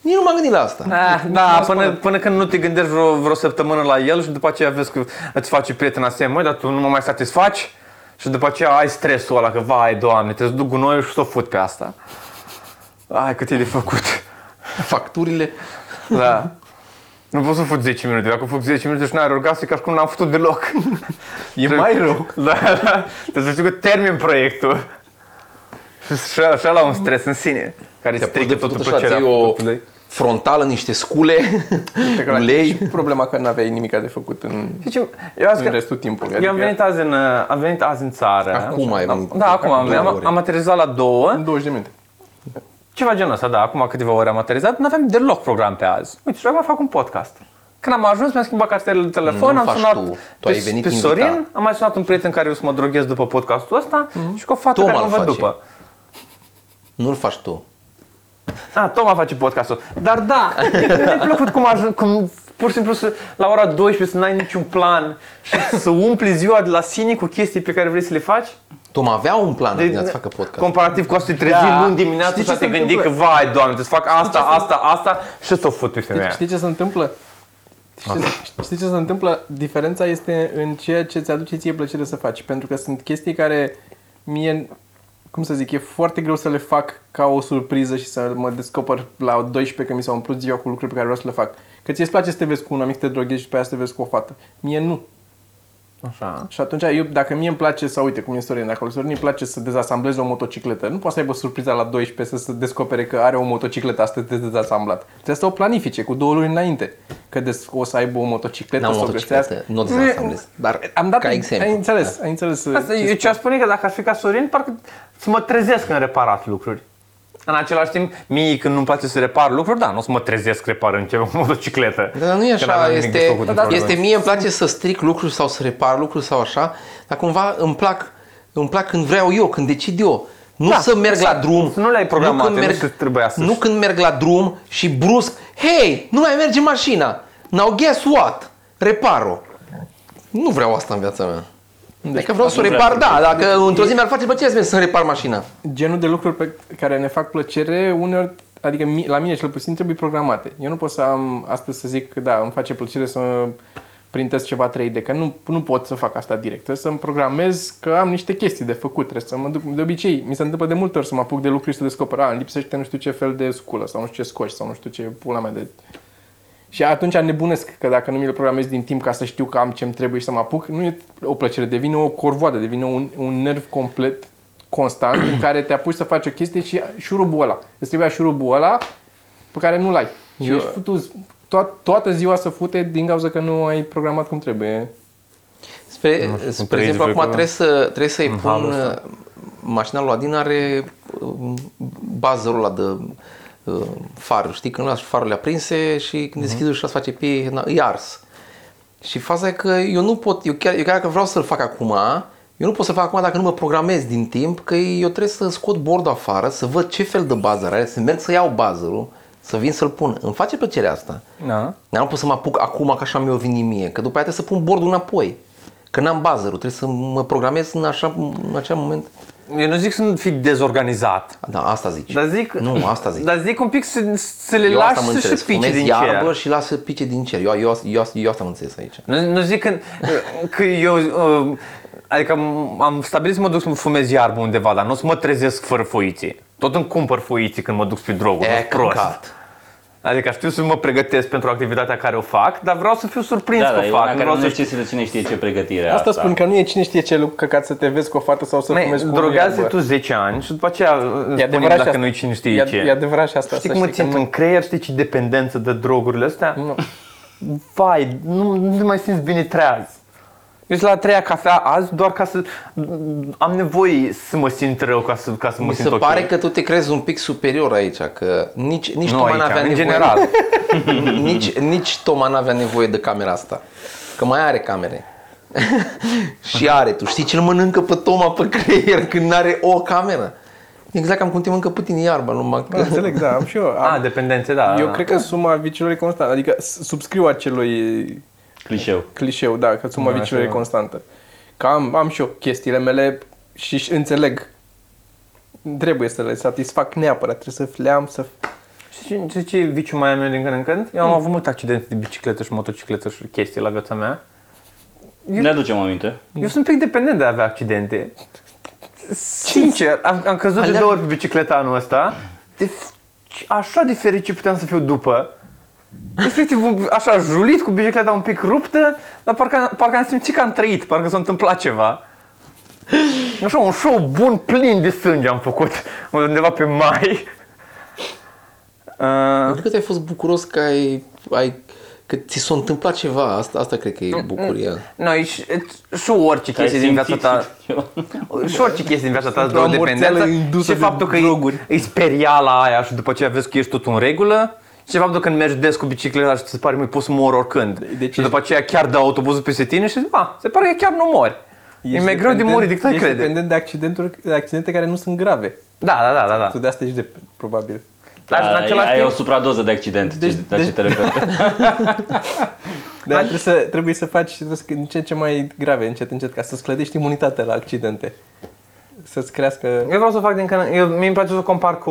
Speaker 4: Nici nu m-am gândit la asta.
Speaker 5: Da, da până, până când nu te gândești vreo, vreo săptămână la el și după aceea vezi că îți face prietena se măi, dar tu nu mă mai satisfaci și după aceea ai stresul ăla că vai, doamne, te duc gunoiul și să o fut pe asta. Ai, cât e de făcut.
Speaker 4: [laughs] Facturile.
Speaker 5: Da. Nu pot să fut 10 minute. Dacă fug 10 minute și n-ai orgasm, e ca și cum n-am făcut deloc. E
Speaker 1: mai rău.
Speaker 5: [laughs] Da, da. Trebuie să știu că termin proiectul. Și așa, așa la un stres în sine, care îți
Speaker 4: Te-a pus
Speaker 5: strică
Speaker 4: de
Speaker 5: totul
Speaker 4: făcut așa,
Speaker 5: plăcerea.
Speaker 4: ții o
Speaker 5: făcutului.
Speaker 4: frontală, niște scule,
Speaker 1: Și
Speaker 4: ulei.
Speaker 1: problema că n-aveai nimica de făcut în,
Speaker 5: Zicem, Deci, eu azi
Speaker 1: în
Speaker 5: că-
Speaker 1: restul timpului.
Speaker 5: Eu am venit azi în, uh, am venit azi în țară.
Speaker 4: Acum ai venit.
Speaker 5: Da, acum am,
Speaker 4: Două
Speaker 5: am,
Speaker 4: ore.
Speaker 5: am aterizat la două,
Speaker 1: în 20 de minute.
Speaker 5: ceva genul ăsta, da, acum câteva ore am aterizat, nu aveam deloc program pe azi. Uite, și acum fac un podcast. Când am ajuns, mi-am schimbat cartelul de telefon,
Speaker 4: Nu
Speaker 5: am
Speaker 4: faci
Speaker 5: sunat
Speaker 4: tu. Tu
Speaker 5: pe,
Speaker 4: ai venit
Speaker 5: pe
Speaker 4: invitat.
Speaker 5: Sorin, am mai sunat un prieten care eu să mă droghez după podcastul ăsta și cu o fată
Speaker 4: Toma
Speaker 5: care mă
Speaker 4: îl
Speaker 5: văd
Speaker 4: face.
Speaker 5: după.
Speaker 4: Nu-l faci tu.
Speaker 5: A, Toma face podcastul. Dar da, [laughs] mi-a plăcut cum, ajung, cum pur și simplu să, la ora 12 să n-ai niciun plan și să umpli ziua de la sine cu chestii pe care vrei să le faci.
Speaker 4: Tom avea un plan
Speaker 5: Deci,
Speaker 4: de a-ți facă podcast.
Speaker 5: Comparativ cu asta te trezi
Speaker 1: Da.
Speaker 5: luni dimineața
Speaker 1: Știi
Speaker 5: și
Speaker 1: ce
Speaker 5: te
Speaker 1: se
Speaker 5: gândi că,
Speaker 1: întâmplă?
Speaker 5: vai, doamne, trebuie să fac asta, asta, asta și să o fut pe
Speaker 1: Știi,
Speaker 5: femeia.
Speaker 1: știi ce se întâmplă? Știi, ce- știi ce se întâmplă? Diferența este în ceea ce îți aduce ție plăcere să faci. Pentru că sunt chestii care mie, cum să zic, e foarte greu să le fac ca o surpriză și să mă descoper la 12 că mi s-au umplut ziua cu lucruri pe care vreau să le fac. Că ți-e place să te vezi cu un amic, să te droghezi și pe aia să te vezi cu o fată. Mie nu.
Speaker 5: Așa.
Speaker 1: Și atunci, eu, dacă mie îmi place, să uite cum e Sorin acolo, Sorin îi place să dezasambleze o motocicletă. Nu poate să aibă surpriza la 12 să se descopere că are o motocicletă astăzi de dezasamblat. Trebuie să o planifice cu două luni înainte, că des, o să aibă o motocicletă,
Speaker 4: N-am
Speaker 1: să o
Speaker 4: motocicletă,
Speaker 1: găsească.
Speaker 4: nu ți înseamnez. Dar
Speaker 1: Am dat,
Speaker 4: ca
Speaker 1: ai
Speaker 4: exemplu. Da.
Speaker 1: înțeles, ai înțeles.
Speaker 5: Asta
Speaker 1: ce-
Speaker 5: eu ce aș spune că dacă aș fi ca Sorin, parcă să mă trezesc în reparat lucruri. În același timp, mie când nu-mi place să repar lucruri, da, nu o să mă trezesc reparând ceva cu [laughs] motocicletă.
Speaker 1: Da,
Speaker 4: Dar nu e
Speaker 5: Că n-aveam
Speaker 4: așa,
Speaker 5: nimic de
Speaker 4: este,
Speaker 5: făcut
Speaker 4: da,
Speaker 5: într-o
Speaker 4: este
Speaker 5: lună.
Speaker 4: mie îmi place să stric lucruri sau să repar lucruri sau așa, dar cumva îmi plac, îmi plac când vreau eu, când decid eu. Nu
Speaker 5: Da,
Speaker 4: să merg la
Speaker 5: exact.
Speaker 4: drum.
Speaker 5: Să nu le ai programate,
Speaker 4: când
Speaker 5: nu că trebuia să-
Speaker 4: Nu când merg la drum și brusc, hei, nu mai merge mașina. Now guess what? Reparo. Nu vreau asta în viața mea. Deci, adică vreau să o
Speaker 2: nu
Speaker 4: repar,
Speaker 2: vrea
Speaker 4: da, dacă într-o zi mi-ar face plăcere să merg să repar mașina.
Speaker 1: genul de lucruri pe care ne fac plăcere, uneori, adică mi- la mine cel puțin, trebuie programate. Eu nu pot să am astăzi să zic că da, îmi face plăcere să printez ceva 3D, că nu, nu pot să fac asta direct. Trebuie să-mi programez că am niște chestii de făcut, trebuie să mă duc. De obicei, mi se întâmplă de multe ori să mă apuc de lucruri și să descoper, a, îmi lipsește nu știu ce fel de sculă sau nu știu ce scoși sau nu știu ce pula mea de și atunci nebunesc că dacă nu mi le programez din timp ca să știu că am ce-mi trebuie și să mă apuc, nu e o plăcere, devine o corvoadă, devine un, un nerv complet constant în care te apuci să faci o chestie și șurubul ăla. Îți trebuia șurubul ăla pe care nu-l ai. Și ești futuz. Toat, toată ziua să fute din cauza că nu ai programat cum trebuie.
Speaker 4: Spre, spre
Speaker 5: trei
Speaker 4: exemplu, acum
Speaker 5: diferite,
Speaker 4: trebuie să, trebuie să-i pun... uh,
Speaker 5: halul
Speaker 4: Mașina lui Adin are um, bazărul ăla de uh, faruri, știi? Când lași farurile aprinse și când deschizi ușa îți face pie, na, e ars. Și faza e că eu nu pot, eu chiar, eu chiar dacă vreau să-l fac acum, eu nu pot să fac acum dacă nu mă programez din timp, că eu trebuie să scot bordul afară, să văd ce fel de bază are, să merg să iau bazărul, să vin să-l pun. Îmi face plăcerea asta.
Speaker 5: Da.
Speaker 4: Dar nu pot să mă apuc acum că așa mi-o vine mie, că după aia trebuie să pun bordul înapoi. Că n-am buzzerul, trebuie să mă programez în, așa, în acel moment.
Speaker 5: Eu nu zic să nu fii dezorganizat.
Speaker 4: Da, asta zici.
Speaker 5: Dar zic,
Speaker 4: Nu, asta zic.
Speaker 5: Dar zic un pic să, să le
Speaker 4: eu asta
Speaker 5: lași
Speaker 4: am
Speaker 5: să
Speaker 4: înțeles.
Speaker 5: și pice
Speaker 4: Fumezi
Speaker 5: din
Speaker 4: iarbă
Speaker 5: cer.
Speaker 4: și lasă pice din cer. Eu, eu, eu, eu asta am înțeles aici.
Speaker 5: Nu, nu zic că, că eu... uh, Adică am- am stabilit să mă duc să mă fumez iarbă undeva, dar nu o să mă trezesc fără foiții. Tot îmi cumpăr foiții când mă duc spre droguri, e, prost.
Speaker 4: căcat.
Speaker 5: Adică știu să mă pregătesc pentru activitatea care o fac, dar vreau să fiu surprins
Speaker 2: Da,
Speaker 5: că
Speaker 2: da,
Speaker 5: o
Speaker 2: e una
Speaker 5: fac.
Speaker 2: care
Speaker 5: Vreau
Speaker 2: nu
Speaker 5: să
Speaker 2: necesită cine știe ce pregătire
Speaker 1: Asta
Speaker 5: Da,
Speaker 1: spun că nu e cine știe ce lucru căcat să te vezi cu o fată sau să
Speaker 5: Mei,
Speaker 1: fumezi cu un
Speaker 5: drogează
Speaker 1: iarbă.
Speaker 5: tu 10 ani și după aceea
Speaker 1: E
Speaker 5: spunem
Speaker 1: adevărat și
Speaker 5: dacă
Speaker 1: asta.
Speaker 5: nu cine știe
Speaker 1: E ad-
Speaker 5: ce.
Speaker 1: E adevărat și asta.
Speaker 5: Știi
Speaker 1: să
Speaker 5: cum îți
Speaker 1: știi că
Speaker 5: simt
Speaker 1: nu-
Speaker 5: în creier? Știi ce dependență de drogurile astea? Nu. Vai, nu, nu te mai simți bine treaz. Eu sunt la a treia cafea azi doar ca să... Am nevoie să mă simt rău ca să, ca să mă
Speaker 4: Mi se
Speaker 5: simt ok.
Speaker 4: pare că tu te crezi un pic superior aici, că nici, nici
Speaker 5: Nu
Speaker 4: Toma
Speaker 5: aici,
Speaker 4: n-avea
Speaker 5: în
Speaker 4: nevoie.
Speaker 5: general.
Speaker 4: [laughs] nici, nici Toma n-avea nevoie de camera asta. Că mai are camere. [laughs] și are. Tu știi ce îl mănâncă pe Toma pe creier când n-are o cameră? Exact cam cum te mănâncă pe tine iarba, numai
Speaker 1: Bă,
Speaker 4: că... [laughs]
Speaker 1: Înțeleg, da, am și eu.
Speaker 5: A,
Speaker 1: Am,
Speaker 5: dependențe, da.
Speaker 1: eu cred că suma viciilor e constantă. Adică s- subscriu acelui
Speaker 2: clișeu.
Speaker 1: clișeu, da, că suma viciilor e constantă. Că am, am și eu chestiile mele și și înțeleg. Trebuie să le satisfac neapărat, trebuie să le am, să...
Speaker 5: Știi ce, ce viciu mai am eu din când în când?
Speaker 1: Mm.
Speaker 5: Eu am avut multe accidente de bicicletă și motocicletă și chestii la viața mea.
Speaker 2: Ne aducem aminte.
Speaker 5: Eu sunt un pic dependent de a avea accidente. Sincer, am, am căzut de
Speaker 4: Alea-
Speaker 5: două ori pe bicicleta anul ăsta. De, f- așa de fericit puteam să fiu după. Efectiv, un- așa julit, cu bicicleta un pic ruptă, dar parcă, parcă am simțit că am trăit, parcă s-a întâmplat ceva. Așa, un show bun, plin de sânge am făcut undeva pe mai. Uh,
Speaker 4: Eu cred că Adică ai fost bucuros că ai, ai că ți s-a întâmplat ceva, asta, asta cred că e bucuria.
Speaker 5: noi și, și orice
Speaker 2: Ai
Speaker 5: chestie din viața
Speaker 2: simțit
Speaker 5: ta.
Speaker 2: [laughs] ceva?
Speaker 5: Păi, Și orice chestie din viața ta îți
Speaker 1: Într-o
Speaker 5: dă o dependență
Speaker 1: amorțeală indusă
Speaker 5: și
Speaker 1: de
Speaker 5: faptul că
Speaker 1: droguri.
Speaker 5: îi speria la aia și după aceea vezi că ești tot în regulă și faptul că când mergi des cu bicicleta și ți se pare mai poți să mor oricând.
Speaker 1: deci
Speaker 5: și după aceea chiar dă autobuzul peste tine și zici, "A, se pare că chiar nu mori. E mai greu de murit decât ai
Speaker 1: ești
Speaker 5: crede.
Speaker 1: dependent de, accidenturi, de accidente care nu sunt grave.
Speaker 5: Da, da, da, da. da.
Speaker 1: Tu de asta ești de, probabil.
Speaker 5: Dar în
Speaker 2: Ai-
Speaker 5: același
Speaker 2: Ai o
Speaker 5: timp,
Speaker 2: supradoză de accident, deci,
Speaker 1: Deci-
Speaker 2: la ce
Speaker 1: deci-
Speaker 2: te referi.
Speaker 1: Dar trebuie să, trebuie să faci trebuie să- din ce în ce mai grave, încet, încet, ca să-ți clădești imunitatea la accidente. Să-ți crească...
Speaker 5: eu vreau să fac din când, eu, mie îmi place să compar cu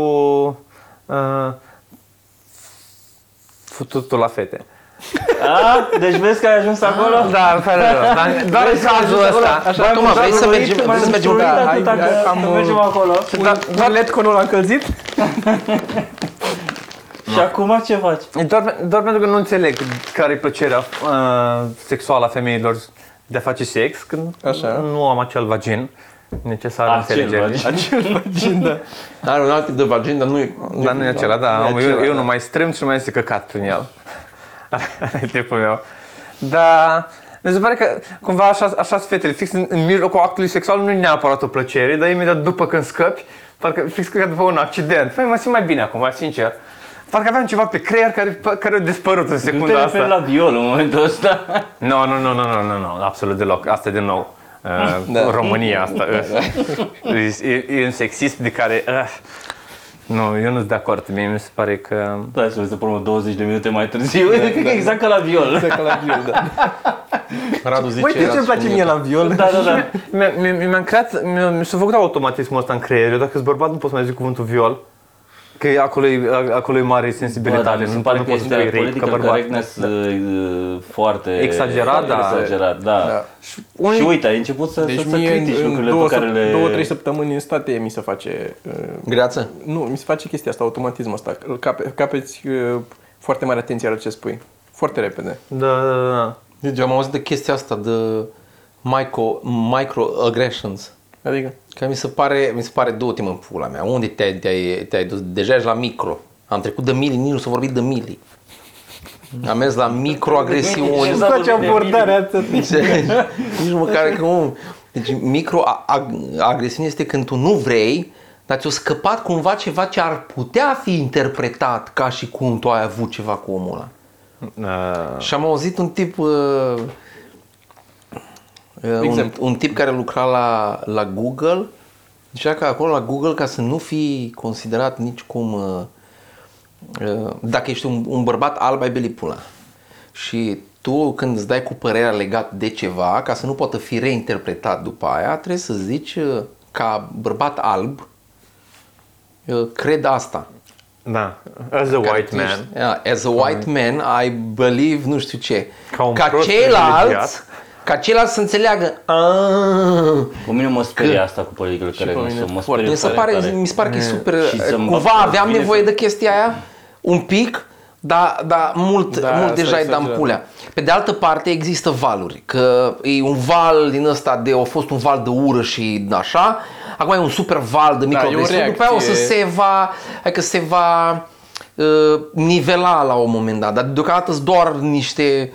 Speaker 5: uh, fututul la fete.
Speaker 2: A, deci vezi că ai ajuns acolo?
Speaker 5: Da, în felul rău, dar doar în cazul ăsta.
Speaker 4: Așa, Toma, vrei să mergem, vrei să mergem,
Speaker 1: da,
Speaker 4: da,
Speaker 1: hai,
Speaker 2: Atâta
Speaker 1: hai,
Speaker 2: că
Speaker 1: am,
Speaker 2: să mergem acolo.
Speaker 5: da,
Speaker 1: Un, un led cu nu l-a încălzit?
Speaker 2: [laughs] Și acum ce faci?
Speaker 5: E Doar, doar pentru că nu înțeleg care e plăcerea uh, sexuală a femeilor de a face sex, când
Speaker 1: Așa.
Speaker 5: nu am acel vagin necesar
Speaker 2: Acel
Speaker 5: înțelegerii.
Speaker 2: faci.
Speaker 4: Are un alt tip de vagin, dar nu e...
Speaker 5: Dar nu e acela, da,
Speaker 4: Nu e
Speaker 5: eu,
Speaker 4: acela,
Speaker 5: eu
Speaker 4: da.
Speaker 5: nu mai strâmb și nu mai este căcat prin el. [laughs] Asta e tipul meu. Dar mi se pare că cumva așa, așa sunt fetele, fix în, în mijlocul actului sexual nu e neapărat o plăcere, dar imediat după când scăpi, parcă fix ca după un accident. Păi mă simt mai bine acum, sincer. Parcă aveam ceva pe creier care, care a dispărut în
Speaker 2: Nu
Speaker 5: secunda
Speaker 2: te
Speaker 5: asta.
Speaker 2: referi la viol în momentul ăsta. [laughs]
Speaker 5: Nu, nu, nu, nu, nu, nu, nu, absolut deloc. Asta e din nou.
Speaker 4: Da.
Speaker 5: Uh,
Speaker 3: Da.
Speaker 5: România asta. Uh, e, e, un sexism de care... Uh, nu, eu nu sunt de acord. Mie mi se pare că...
Speaker 2: Da, să vezi până 20 de minute mai târziu. [laughs] Cred că e exact ca la viol.
Speaker 1: Da, că la viol, da.
Speaker 4: Radu zice...
Speaker 5: Uite
Speaker 4: era spune-
Speaker 1: la viol?
Speaker 2: Da, da, da.
Speaker 5: Mi-a- mi- mi- Mi-am creat... Mi-a, mi s-a făcut automatismul ăsta în creier. Eu dacă sunt bărbat nu pot să mai zic cuvântul viol. Că e- acolo e, a- acolo e mare
Speaker 2: Bă, da,
Speaker 5: sensibilitate.
Speaker 2: mi se
Speaker 5: nu,
Speaker 2: pare
Speaker 5: nu
Speaker 2: că
Speaker 5: poți să spui
Speaker 2: este
Speaker 5: rape ca
Speaker 2: political
Speaker 5: bărbat.
Speaker 2: correctness uh, foarte
Speaker 5: Exagerat, da.
Speaker 2: exagerat, da.
Speaker 1: Da.
Speaker 5: Unii-
Speaker 2: Și uite, ai început să,
Speaker 1: Deci
Speaker 2: să, să
Speaker 1: mie
Speaker 2: critici
Speaker 1: în, în
Speaker 2: lucrurile pe
Speaker 1: două,
Speaker 2: care
Speaker 1: care
Speaker 2: le...
Speaker 1: două, trei săptămâni în state mi se face... uh,
Speaker 4: Greață?
Speaker 1: nu, mi se face chestia asta, automatismul ăsta. Îl Cape, capeți uh, foarte mare atenție la ce spui. Foarte repede.
Speaker 5: Da, da, da. [laughs]
Speaker 4: Deci am auzit de chestia asta, de micro, microaggressions.
Speaker 5: [laughs]
Speaker 1: Adică,
Speaker 4: Că mi se pare, mi se pare două timp în pula mea. Unde te-ai, te-ai, te-ai dus? Deja ești la micro. Am trecut de mili, nici nu s-a vorbit de mili. Am mers la microagresiuni.
Speaker 2: Ce s-a
Speaker 1: face
Speaker 2: vorbit de
Speaker 1: abordarea asta.
Speaker 4: Înțelegi? Nici măcar că nu. Deci microagresiune este când tu nu vrei, dar ți-a scăpat cumva ceva ce ar putea fi interpretat ca și cum tu ai avut ceva cu omul ăla.
Speaker 5: Uh,
Speaker 4: Și am auzit un tip uh, uh, un,
Speaker 1: Exemplu.
Speaker 4: un tip care lucra la, la Google zicea că acolo la Google ca să nu fii considerat nicicum uh, uh, dacă ești un, un bărbat alb ai belipula și tu când îți dai cu părerea legat de ceva, ca să nu poată fi reinterpretat după aia, trebuie să zici uh, ca bărbat alb, uh, cred asta.
Speaker 3: Da. As a white
Speaker 4: Care tu
Speaker 3: man.
Speaker 4: ești- Yeah, as a white man, I believe nu știu ce.
Speaker 3: Ca un prost
Speaker 4: ceilalți,
Speaker 3: privilegiat.
Speaker 4: ca ceilalți să înțeleagă. "Ah,
Speaker 2: Pe mine mă sperie asta cu politicile care
Speaker 1: pe
Speaker 2: nu
Speaker 1: mine
Speaker 2: sunt. Mă
Speaker 1: foarte.
Speaker 2: sperie
Speaker 4: Mi se
Speaker 2: tare,
Speaker 4: pare,
Speaker 2: tare.
Speaker 4: mi se pare că e super.
Speaker 2: Și să-mi
Speaker 4: Cumva
Speaker 2: bag
Speaker 4: aveam
Speaker 2: bine
Speaker 4: nevoie
Speaker 2: să-
Speaker 4: de chestia aia, un pic, dar da, mult,
Speaker 1: Da,
Speaker 4: mult
Speaker 1: asta
Speaker 4: deja
Speaker 1: e
Speaker 4: e dam
Speaker 1: exagerat.
Speaker 4: pulea. Pe de altă parte există valuri, că e un val din ăsta de, a fost un val de ură și așa, acum e un super val de
Speaker 1: Da, e o
Speaker 4: microagresii, după aia o
Speaker 1: reacție.
Speaker 4: să se va, adică se va uh, nivela la un moment dat, dar deocamdată sunt doar niște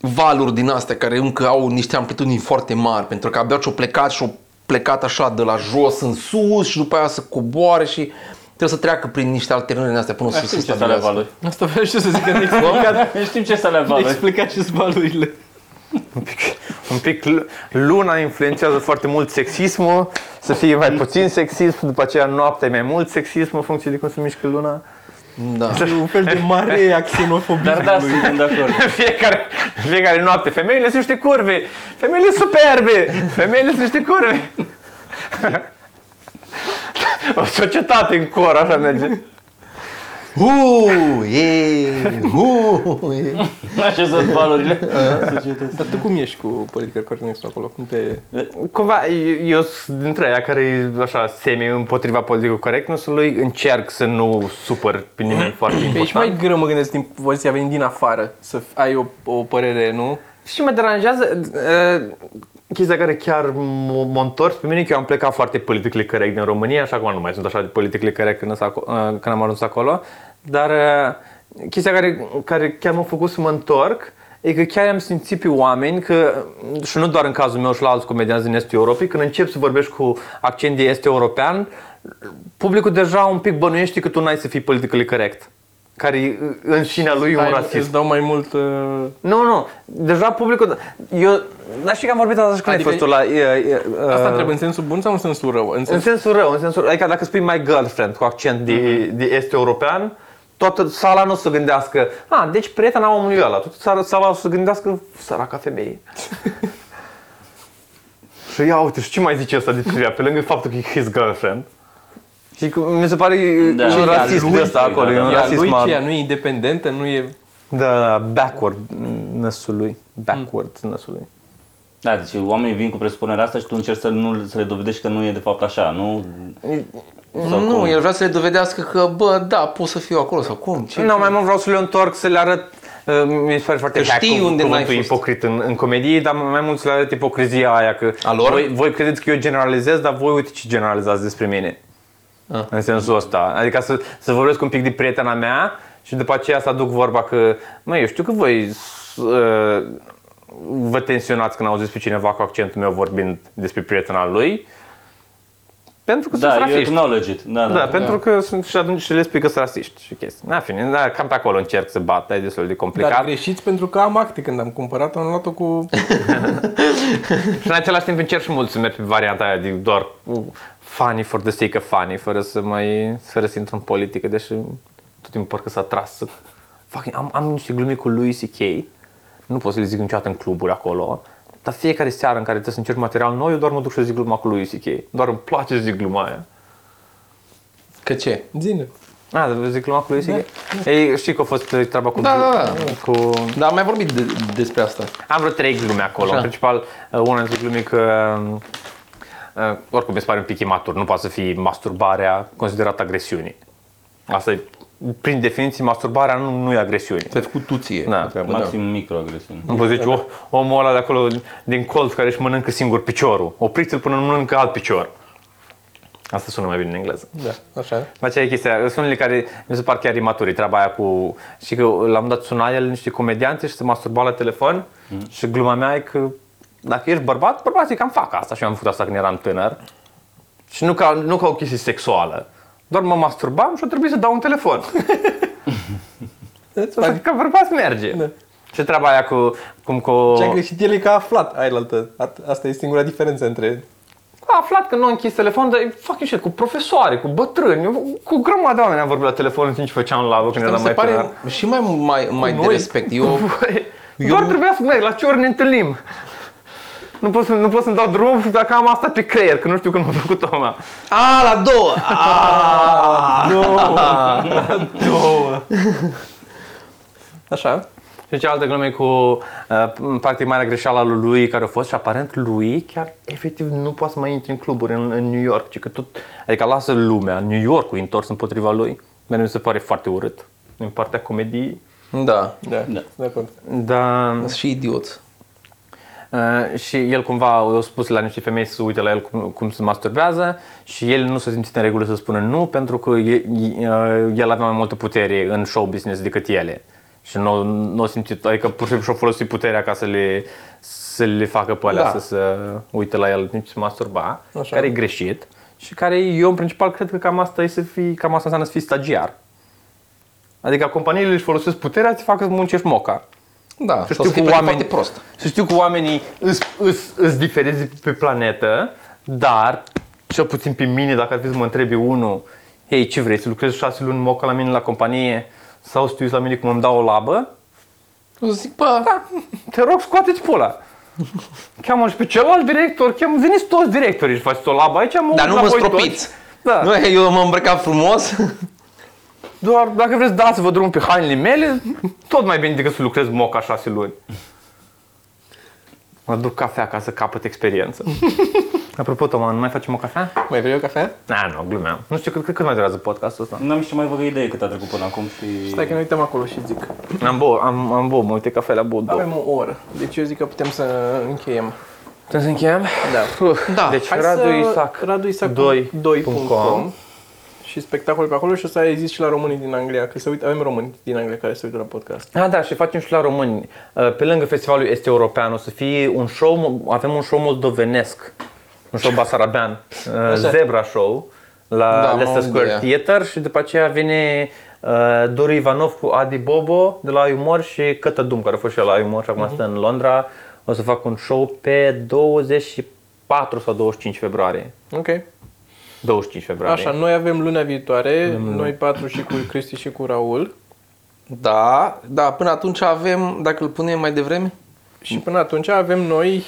Speaker 4: valuri din astea care încă au niște amplitudini foarte mari, pentru că abia ce-o plecat și-o plecat așa de la jos în sus și după aia să coboare și trebuie să treacă prin niște alternări din astea până să
Speaker 2: Nu
Speaker 4: se
Speaker 2: știm ce să le
Speaker 4: stabilească.
Speaker 2: valori.
Speaker 1: Asta vreau și eu să zic că ne explicat,
Speaker 2: Nu știm ce să le
Speaker 1: ne
Speaker 2: valori.
Speaker 1: explicat ce sunt valurile.
Speaker 5: Un pic l- luna influențează foarte mult sexismul, să fie mai puțin sexism, după aceea noaptea e mai mult sexism în funcție de cum se mișcă luna. [laughs]
Speaker 4: Da.
Speaker 1: E un fel de mare a xenofobie.
Speaker 2: Dar da, suntem de acord.
Speaker 5: Fiecare, fiecare noapte, femeile sunt niște curve, femeile sunt superbe, femeile sunt niște curve. [laughs] O societate în cor, așa merge.
Speaker 4: Hu, e, hu, e.
Speaker 2: Așa sunt valurile societății.
Speaker 1: Dar tu cum ești cu political correctness acolo? Cum te...
Speaker 5: Cumva, eu, eu sunt dintre aia care e așa semi împotriva politicul corectness-ului, încerc să nu supăr
Speaker 4: [clears throat]
Speaker 5: pe nimeni foarte
Speaker 4: Păi
Speaker 1: Pe ești
Speaker 5: important.
Speaker 1: mai greu, mă gândesc, din poziția venind din afară, să f- ai o, o părere, nu?
Speaker 5: Și mă deranjează uh, chestia care chiar m- m-a întors pe mine, că eu am plecat foarte politically corect din România, așa cum nu mai sunt așa de politically corect când, sunt aco- uh, când am ajuns acolo, dar uh, chestia care, care chiar m-a făcut să mă întorc e că chiar am simțit pe oameni că, și nu doar în cazul meu și la alți comedianți din Estul Europei, când încep să vorbești cu accent de est european, publicul deja un pic bănuiește că tu n-ai să fii politically corect care e, în sinea lui e un
Speaker 1: Ai-
Speaker 5: rasism.
Speaker 1: Îți dau mai mult... Uh...
Speaker 5: Nu, nu, deja publicul... Eu, dar știi că am vorbit asta și când
Speaker 1: Adică-
Speaker 5: ai fost tu la... E, e,
Speaker 1: Asta
Speaker 5: uh,
Speaker 1: trebuie în sensul bun sau în sensul rău? În
Speaker 5: În
Speaker 1: sensul...
Speaker 5: sensul rău, în sensul... Adică dacă spui my girlfriend cu accent de, de est-european, toată sala nu o să gândească, a, deci prietena omului ăla, toată sala, sala o să gândească săraca femeie. [laughs] și ia uite, și ce mai zice asta de trivia, pe lângă faptul că e his girlfriend? Și că mi se pare e
Speaker 2: Da.
Speaker 5: un
Speaker 2: Și a
Speaker 5: rasism
Speaker 2: lui,
Speaker 5: de ăsta
Speaker 2: da,
Speaker 5: acolo, e
Speaker 2: da,
Speaker 5: un
Speaker 1: E a lui
Speaker 5: rasism
Speaker 1: ce
Speaker 5: al-
Speaker 1: ea nu e independentă, nu e...
Speaker 5: da, backward-ness-ului, backward-ness-ului.
Speaker 2: Da, deci oamenii vin cu presupunerea asta și tu încerci să, nu, să le dovedești că nu e de fapt așa, nu? Sau
Speaker 4: Nu,
Speaker 2: cum?
Speaker 4: el vrea să le dovedească că, bă, da, pot să fiu acolo sau cum, ce?
Speaker 5: Nu, mai mult vreau să le întorc, să le arăt uh, mi se pare foarte
Speaker 4: Că
Speaker 5: hack
Speaker 4: știi
Speaker 5: cu-
Speaker 4: unde n-ai
Speaker 5: cuvântul
Speaker 4: fost.
Speaker 5: ipocrit în, în comedie, dar mai mult să le arăt ipocrizia aia că
Speaker 4: A lor?
Speaker 5: Voi, voi credeți că eu generalizez, dar voi uite ce generalizați despre mine.
Speaker 4: Ah.
Speaker 5: În sensul ăsta. Adică să, să vorbesc un pic de prietena mea și după aceea să aduc vorba că, măi, eu știu că voi uh, vă tensionați când auziți pe cineva cu accentul meu vorbind despre prietena lui. Pentru că sunt
Speaker 2: Da, eu
Speaker 5: rasiști.
Speaker 2: acknowledge it. Da, da.
Speaker 5: Da, pentru că sunt și atunci și le spui că sunt rasiști și chestii. Na, fine, da, cam pe acolo încerc să bat, e destul de
Speaker 1: Dar
Speaker 5: complicat.
Speaker 1: greșiți pentru că am acte când am cumpărat-o, am luat-o [laughs] cu...
Speaker 5: și în același timp încerc și mult să merg pe varianta aia de doar uh, funny for the sake of funny, fără să mai, fără să intru în politică, deși tot timpul parcă s-a tras. să- Fac, am, am niște glume cu lui C.K. Nu pot să le zic niciodată în cluburi acolo. Dar fiecare seară în care trebuie să încerc material nou, eu doar mă duc și zic gluma cu lui C.K. Doar îmi place să zic gluma aia.
Speaker 4: Că ce?
Speaker 1: Zine.
Speaker 5: A, vă zic gluma cu lui C.K. Ei, știi că a fost uh, treaba cu...
Speaker 4: Da, da, da.
Speaker 5: Cu...
Speaker 4: Dar am mai vorbit de, despre asta.
Speaker 5: Am vreo trei glume acolo. În principal, uh, una dintre glume că um, uh, oricum mi se pare un pic imatur. Nu poate să fie masturbarea considerată agresiune. Asta e, prin definiție, masturbarea nu, nu e agresiune.
Speaker 4: Te-ai făcut tuție.
Speaker 5: Da.
Speaker 2: Maxim microagresiune.
Speaker 5: Nu poți zice, oh, omul ăla de acolo din colț care își mănâncă singur piciorul. Opriți-l până nu mănâncă alt picior. Asta sună mai bine în engleză.
Speaker 1: Da, așa.
Speaker 5: Dar ce e chestia? Sunt unele care mi se par chiar imaturi, treaba aia cu... Și că l-am dat suna el niște comedianți și se masturba la telefon mm. și gluma mea e că dacă ești bărbat, bărbații cam fac asta și eu am făcut asta când eram tânăr. Și nu ca, nu ca o chestie sexuală. Doar mă masturbam și a trebuit să dau un telefon.
Speaker 1: Deci,
Speaker 5: Asta ca bărbați merge.
Speaker 1: Da.
Speaker 5: Și treaba aia cu... Cum cu...
Speaker 1: Ce-a greșit el e că a aflat ailaltă. At- Asta e singura diferență între...
Speaker 5: A aflat că nu a închis telefonul, dar e fucking shit, cu profesoare, cu bătrâni, eu- cu grămadă de oameni am vorbit la telefon în timp ce făceam lavă când
Speaker 4: Mi
Speaker 5: eram
Speaker 4: se
Speaker 5: mai
Speaker 4: pare
Speaker 5: tânăr.
Speaker 4: și mai, mai, mai de
Speaker 5: Noi?
Speaker 3: [laughs]
Speaker 4: respect. Eu,
Speaker 5: Voi?
Speaker 3: Doar trebuia să merg, la ce ori ne întâlnim? Nu pot, să, nu pot să-mi dau drum dacă am asta pe creier, că nu știu când m-a făcut Toma.
Speaker 4: [laughs] A, la două! A,
Speaker 1: Așa.
Speaker 3: Și în cealaltă glume cu uh, practic marea greșeală a lui lui care a fost și aparent lui chiar efectiv nu poate să mai intre în cluburi în, în New York, ci că tot, adică lasă lumea, New York-ul e întors împotriva lui. Mie mi se pare foarte urât în partea comediei. Da.
Speaker 4: da.
Speaker 1: Da, da. de acord.
Speaker 3: Dar
Speaker 4: Sunt și idioți.
Speaker 3: Uh, și el cumva a spus la niște femei să se uite la el cum, cum se masturbează și el nu s-a simțit în regulă să spună nu pentru că e- e- uh, el avea mai multă putere în show business decât ele. Și nu, nu a simțit, adică pur și simplu și-a folosit puterea ca să le, să le facă pe alea
Speaker 1: Da.
Speaker 3: da. să se uite la el în timp ce se masturba,
Speaker 1: Așa.
Speaker 3: Așa. care e greșit. Și care eu în principal cred că cam asta, e să fii, cam asta înseamnă să fii stagiar. Adică companiile își folosesc puterea, să facă să muncești moca.
Speaker 4: Da,
Speaker 3: Să
Speaker 4: și o să
Speaker 3: știu
Speaker 4: fie
Speaker 3: cu
Speaker 4: plătit
Speaker 3: oamenii,
Speaker 4: foarte prost.
Speaker 3: Să știu că oamenii îs, îs, îs diferiți pe planetă, dar cel puțin pe mine, dacă ar fi să mă întrebi unul, hei, ce vrei, să lucrezi șase luni moca la mine la companie sau să te uiți la mine cum îmi dau o labă?
Speaker 4: Eu zic, bă, da.
Speaker 3: Te rog, scoateți pula! Cheamă și pe celălalt director, cheamă, veniți toți directorii și faceți o labă aici, mă
Speaker 4: Dar
Speaker 3: uit
Speaker 4: nu
Speaker 3: la
Speaker 4: vă
Speaker 3: voi toți.
Speaker 4: stropiți.
Speaker 3: Da.
Speaker 4: Nu, eu m-am îmbrăcat frumos.
Speaker 3: Doar dacă vreți dați-vă drumul pe hainele mele, tot mai bine decât să lucrez moca șase luni. Mă duc cafea ca să capăt
Speaker 4: [laughs]
Speaker 3: experiență. Apropo, Toma, nu mai facem o cafea?
Speaker 1: Mai vrei o cafea?
Speaker 3: Na, nu, glumeam. Nu știu, cred, cred că mai durează podcastul ăsta.
Speaker 2: N-am nici cea mai văgă idee cât a trecut până acum și...
Speaker 1: Stai că ne uităm acolo și zic.
Speaker 3: Am băut, am, am băut, mă uite cafea la băut două.
Speaker 1: Avem o oră, deci eu zic că putem să încheiem.
Speaker 3: Putem să încheiem?
Speaker 1: Da.
Speaker 4: Da.
Speaker 3: Deci
Speaker 1: Hai
Speaker 3: Radu
Speaker 1: să
Speaker 3: Isac.
Speaker 1: Radu Isac
Speaker 3: doi punct com.
Speaker 1: 2.com și spectacol pe acolo și o să ai zis și la românii din Anglia, că se uită, avem români din Anglia care se uită la podcast.
Speaker 3: Ah, da, și facem și la români. Uh, Pe lângă festivalul este european, o să fie un show, avem un show moldovenesc, un show basarabean, uh, Zebra Show, la
Speaker 4: Da,
Speaker 3: da,
Speaker 4: mă
Speaker 3: Leicester
Speaker 4: aud de
Speaker 3: Square
Speaker 4: ea.
Speaker 3: Theater și după aceea vine uh, Doru Ivanov cu Adi Bobo de la Umor și Cătă Dum, care a fost și el la Umor și
Speaker 2: Mhm.
Speaker 3: acum stă în Londra. O să fac un show pe 24 sau 25 februarie.
Speaker 1: Ok.
Speaker 3: 25 februarie.
Speaker 1: Așa, noi avem luna viitoare, noi patru și cu Cristi și cu Raul.
Speaker 4: Da, da, până atunci avem, dacă îl punem mai devreme,
Speaker 1: Și până atunci avem noi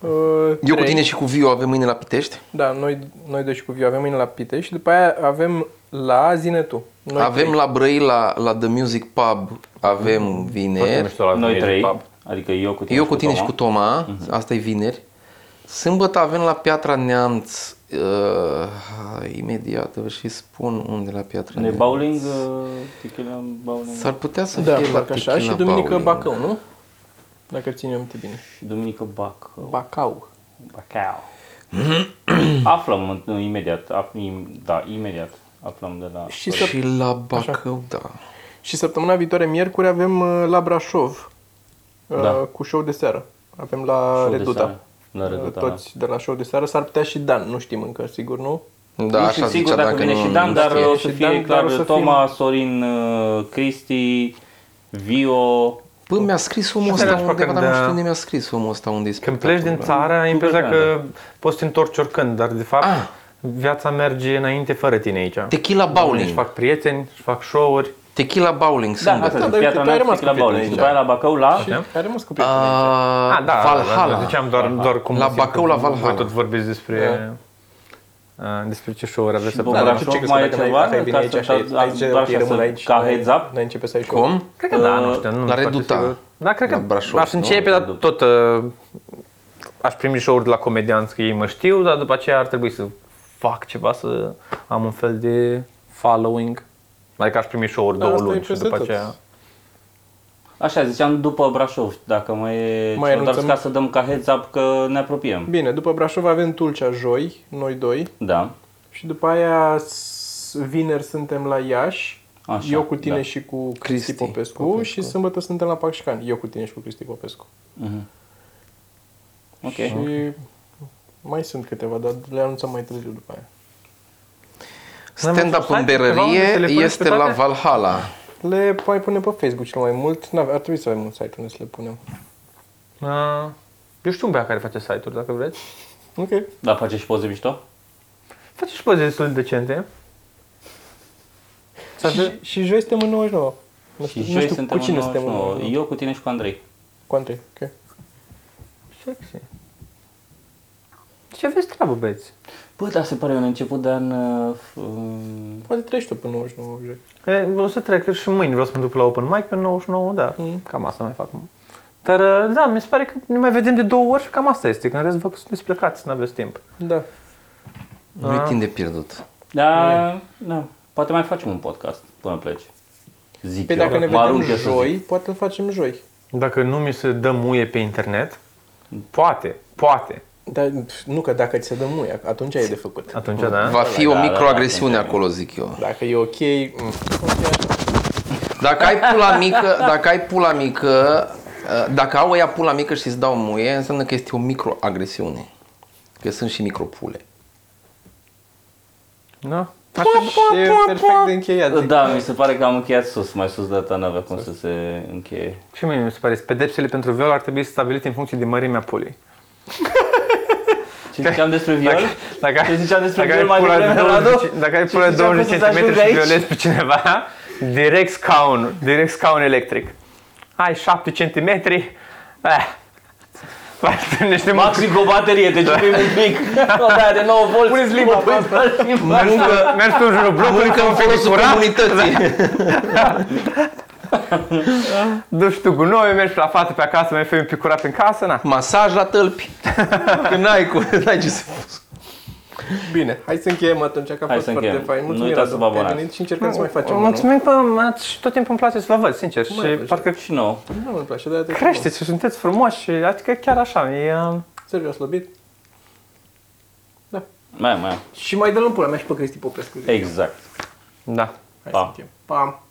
Speaker 1: uh,
Speaker 4: eu cu
Speaker 1: trei.
Speaker 4: tine și cu Viu avem mâine la Pitești.
Speaker 1: Da, noi, noi doi și cu Viu avem mâine la Pite și după aia avem la Zine tu. Noi
Speaker 4: avem la Brăi, la, la The Music Pub, avem
Speaker 3: Foarte
Speaker 4: vineri.
Speaker 3: mișto la
Speaker 2: Noi
Speaker 3: Comedy
Speaker 2: trei,
Speaker 3: Pub.
Speaker 2: adică eu cu tine
Speaker 4: Eu cu tine și
Speaker 2: Toma.
Speaker 4: cu Toma, asta e vineri. Sâmbătă avem la Piatra Neamț, uh, imediat vă și spun unde la Piatra
Speaker 2: Ne
Speaker 4: Neamț.
Speaker 2: bowling, uh, tequila bowling
Speaker 4: S-ar putea să
Speaker 1: Da,
Speaker 4: fie la
Speaker 1: parcă așa
Speaker 4: Tequila
Speaker 1: și duminică
Speaker 4: Bowling.
Speaker 1: Bacău, nu? Dacă ținem minte bine.
Speaker 2: și duminică bac. uh,
Speaker 1: Bacau.
Speaker 2: Bacau.
Speaker 1: Mhm.
Speaker 2: [clears throat] aflăm în- în- imediat, af, im, da, imediat aflăm de la...
Speaker 1: Și, să,
Speaker 4: Și la Bacău, da.
Speaker 1: și săptămâna viitoare, miercuri, avem uh, la Brașov uh,
Speaker 2: Da.
Speaker 1: cu show de seară. Avem la
Speaker 2: show de
Speaker 1: Reduta.
Speaker 2: seară. La Reduta, da.
Speaker 1: Uh, Toți de la show de seară. S-ar putea și Dan, nu știm încă, sigur, nu?
Speaker 4: Da,
Speaker 2: nu
Speaker 4: așa
Speaker 2: știu sigur
Speaker 4: zicea,
Speaker 2: dacă
Speaker 4: dacă
Speaker 2: vine
Speaker 4: nu,
Speaker 2: și Dan,
Speaker 4: nu
Speaker 2: dar uh,
Speaker 4: știe.
Speaker 2: o să
Speaker 1: Și
Speaker 2: fie
Speaker 1: Dan, dar
Speaker 2: clar
Speaker 1: o să
Speaker 2: Toma, Sorin, uh, Cristi, Vio,
Speaker 4: Bă, mi-a scris omul
Speaker 3: care
Speaker 4: ăsta
Speaker 3: aș face
Speaker 4: undeva, dar
Speaker 3: când,
Speaker 4: nu știu
Speaker 3: uh,
Speaker 4: unde mi-a scris omul ăsta unde e
Speaker 3: Când pleci din
Speaker 4: spectacolul.
Speaker 3: țară, ai impresia
Speaker 2: plecare.
Speaker 3: că poți să te întorci oricând, dar de fapt
Speaker 4: Ah.
Speaker 3: viața merge înainte fără tine aici.
Speaker 4: Tequila
Speaker 3: Își
Speaker 4: Bowling.
Speaker 3: fac prieteni, își fac show-uri.
Speaker 4: Tequila Bowling,
Speaker 2: da,
Speaker 4: sâmbătă.
Speaker 2: asta
Speaker 1: dar
Speaker 2: zic,
Speaker 1: uite, tu
Speaker 2: piatra
Speaker 1: ai
Speaker 2: mea,
Speaker 1: rămas
Speaker 2: tequila
Speaker 1: cu prieteni
Speaker 2: bowling.
Speaker 1: aici.
Speaker 2: După aia la Bacău, la...
Speaker 1: Care mă scupi?
Speaker 4: A,
Speaker 3: Da,
Speaker 4: Valhalla.
Speaker 3: ziceam doar, doar cum
Speaker 4: La
Speaker 3: simt
Speaker 4: Bacău,
Speaker 3: că
Speaker 4: la Valhalla.
Speaker 3: Voi tot vorbiți despre, uh, despre ce show-uri aveți
Speaker 2: Da,
Speaker 3: săptămâna.
Speaker 2: dar
Speaker 1: dar
Speaker 2: tu
Speaker 1: tu
Speaker 2: mai
Speaker 1: ce crezi că
Speaker 2: e
Speaker 1: dacă
Speaker 2: ceva?
Speaker 1: ai- dacă ai venit
Speaker 2: Ca
Speaker 1: aici
Speaker 2: să-
Speaker 1: și ai-
Speaker 2: ca-
Speaker 1: ai
Speaker 2: doar
Speaker 1: doar
Speaker 2: așa
Speaker 1: și rămân
Speaker 2: să-
Speaker 1: aici,
Speaker 2: ca
Speaker 1: n-ai-
Speaker 2: heads up?
Speaker 1: n-ai începe să ai show.
Speaker 4: Cum?
Speaker 3: Cred că da, nu știu. Nu
Speaker 4: la
Speaker 3: foarte
Speaker 4: Reduta.
Speaker 3: sigur. Da, cred că
Speaker 4: La Brașov,
Speaker 3: aș
Speaker 4: nu?
Speaker 3: începe, dar tot uh, aș primi show-uri de la comedianți, că ei mă știu, dar după aceea ar trebui să fac ceva, să am un fel de following. Adică aș primi show-uri două
Speaker 1: Asta e
Speaker 3: luni și
Speaker 1: peste
Speaker 3: după
Speaker 1: tot.
Speaker 3: aceea...
Speaker 2: Așa, ziceam după Brașov, dacă mai e
Speaker 1: Mai
Speaker 2: mai ceva, dar
Speaker 1: anunțăm?
Speaker 2: ca să dăm ca heads up că ne apropiem.
Speaker 1: Bine, după Brașov avem Tulcea joi, noi doi.
Speaker 2: Da.
Speaker 1: Și după aia s- vineri suntem la Iași.
Speaker 2: Așa,
Speaker 1: eu cu tine
Speaker 2: da.
Speaker 1: și cu Cristi,
Speaker 4: Cristi
Speaker 1: Popescu, și sâmbătă suntem la Paxcan. Eu cu tine și cu Cristi Popescu.
Speaker 2: Mhm. Ok.
Speaker 1: Și mai sunt câteva, dar le anunțăm mai târziu după aia.
Speaker 4: Stand-up
Speaker 3: Stai,
Speaker 4: în
Speaker 3: ceva unde să le
Speaker 4: berărie
Speaker 3: puneți pe
Speaker 4: este la
Speaker 3: toate? Ah.
Speaker 4: Valhalla.
Speaker 1: Le mai punem pe Facebook cel mai mult. N-ave- ar trebui să avem un site unde să le punem.
Speaker 4: Da.
Speaker 3: Uh, eu știu un băiat care face site-uri, dacă vreți.
Speaker 1: Ok.
Speaker 2: Dar Da, face și poze mișto?
Speaker 3: Face și poze destul de decente.
Speaker 1: Și, și joi suntem în 99. Nu
Speaker 2: Și
Speaker 1: știu,
Speaker 2: joi
Speaker 1: nu știu
Speaker 2: suntem
Speaker 1: cu cine
Speaker 2: în
Speaker 1: suntem în
Speaker 2: 99.
Speaker 1: 99.
Speaker 2: Eu cu tine și cu Andrei.
Speaker 1: Conte, ok.
Speaker 3: Sexy. Ce aveți treabă, băieți?
Speaker 2: Bă, dar se pare un început de an... uh, f- um,
Speaker 1: Poate treci tu până 99, Jack.
Speaker 3: E, o să trec și mâine, vreau să mă duc la open mic pe 99, da, mm. cam asta mai fac. Dar, da, mi se pare că ne mai vedem de două ori și cam asta este, că în rest vă că sunteți plecați, nu aveți timp.
Speaker 1: Da.
Speaker 4: Nu e timp de pierdut.
Speaker 2: Da, da. Poate mai facem un podcast până pleci. Zic
Speaker 1: Păi
Speaker 2: eu.
Speaker 1: dacă
Speaker 2: Mă
Speaker 1: ne vedem
Speaker 2: arunc eu să zic.
Speaker 1: joi, poate îl facem joi.
Speaker 3: Dacă nu mi se dă muie pe internet, poate, poate,
Speaker 1: Dar pf, nu că dacă ți se dă muia, atunci ai de făcut.
Speaker 3: atunci, da.
Speaker 4: Va fi o
Speaker 2: da, da,
Speaker 4: microagresiune acolo, zic eu.
Speaker 1: Dacă e ok, mm.
Speaker 4: Dacă ai pula
Speaker 3: [laughs]
Speaker 4: mică, dacă ai pula mică, uh, dacă au ea pula mică și îți dau muie, înseamnă că este o microagresiune. Că sunt și micropule.
Speaker 3: Da?
Speaker 1: e perfect de încheiat. zic.
Speaker 2: Da, mi se pare că am încheiat sus, mai sus de atât n-avea cum să se încheie.
Speaker 3: Și mie mi se pare, pedepsele pentru viol ar trebui stabilite în funcție de mărimea pulii.
Speaker 2: Ce ziceam despre viol?
Speaker 3: Dacă,
Speaker 2: Ce ziceam despre
Speaker 3: dacă
Speaker 2: viol
Speaker 3: ai
Speaker 2: mai
Speaker 3: pula
Speaker 2: devreme,
Speaker 3: 20,
Speaker 2: Radu?
Speaker 3: dacă ai
Speaker 2: Ce
Speaker 3: pula
Speaker 2: ziceam,
Speaker 3: 20
Speaker 2: cum să ajung
Speaker 3: cm și
Speaker 2: aici?
Speaker 3: violezi pe cineva, direct scaun, direct scaun electric. Ai 7 cm, eh, faci niște
Speaker 2: Maxim cu o baterie, te
Speaker 3: Da.
Speaker 2: ce un pic.
Speaker 3: [laughs]
Speaker 2: O da, de 9 volt. Puneți limba pe
Speaker 3: muncă, mergi pe jurul blocului, că
Speaker 4: Încă în
Speaker 3: un pic
Speaker 4: folosul
Speaker 3: curat, [laughs] Da.
Speaker 4: comunității.
Speaker 3: duci tu gunoiul, mergi la fată pe acasă, mai fii un pic curat în casă, na.
Speaker 4: Masaj la tălpi. Că n-ai cu, n-ai ce să
Speaker 1: Bine, hai să încheiem atunci, că a
Speaker 2: Hai
Speaker 1: fost
Speaker 2: să
Speaker 1: foarte
Speaker 2: încheiem.
Speaker 1: fain.
Speaker 2: Nu
Speaker 1: Mulțumim,
Speaker 2: uitați să vă
Speaker 1: Radu, că ai
Speaker 2: abonați.
Speaker 1: venit și încercăm să mai facem. unul.
Speaker 3: Mulțumim, bă, m- și tot timpul îmi place să vă văd, sincer, și
Speaker 1: plăcere.
Speaker 3: parcă
Speaker 2: Și nou.
Speaker 1: Nu mă place, dar trebuie să
Speaker 3: creșteți și sunteți frumoși, și, adică chiar așa, e... um,
Speaker 1: mă- Sergiu a slăbit.
Speaker 2: Mai, mai.
Speaker 1: Și mai dăm în pula mea și pe Cristi Popescu. zic.
Speaker 2: Exact.
Speaker 3: Da.
Speaker 1: Hai
Speaker 2: Pa.
Speaker 1: să încheiem. Pam.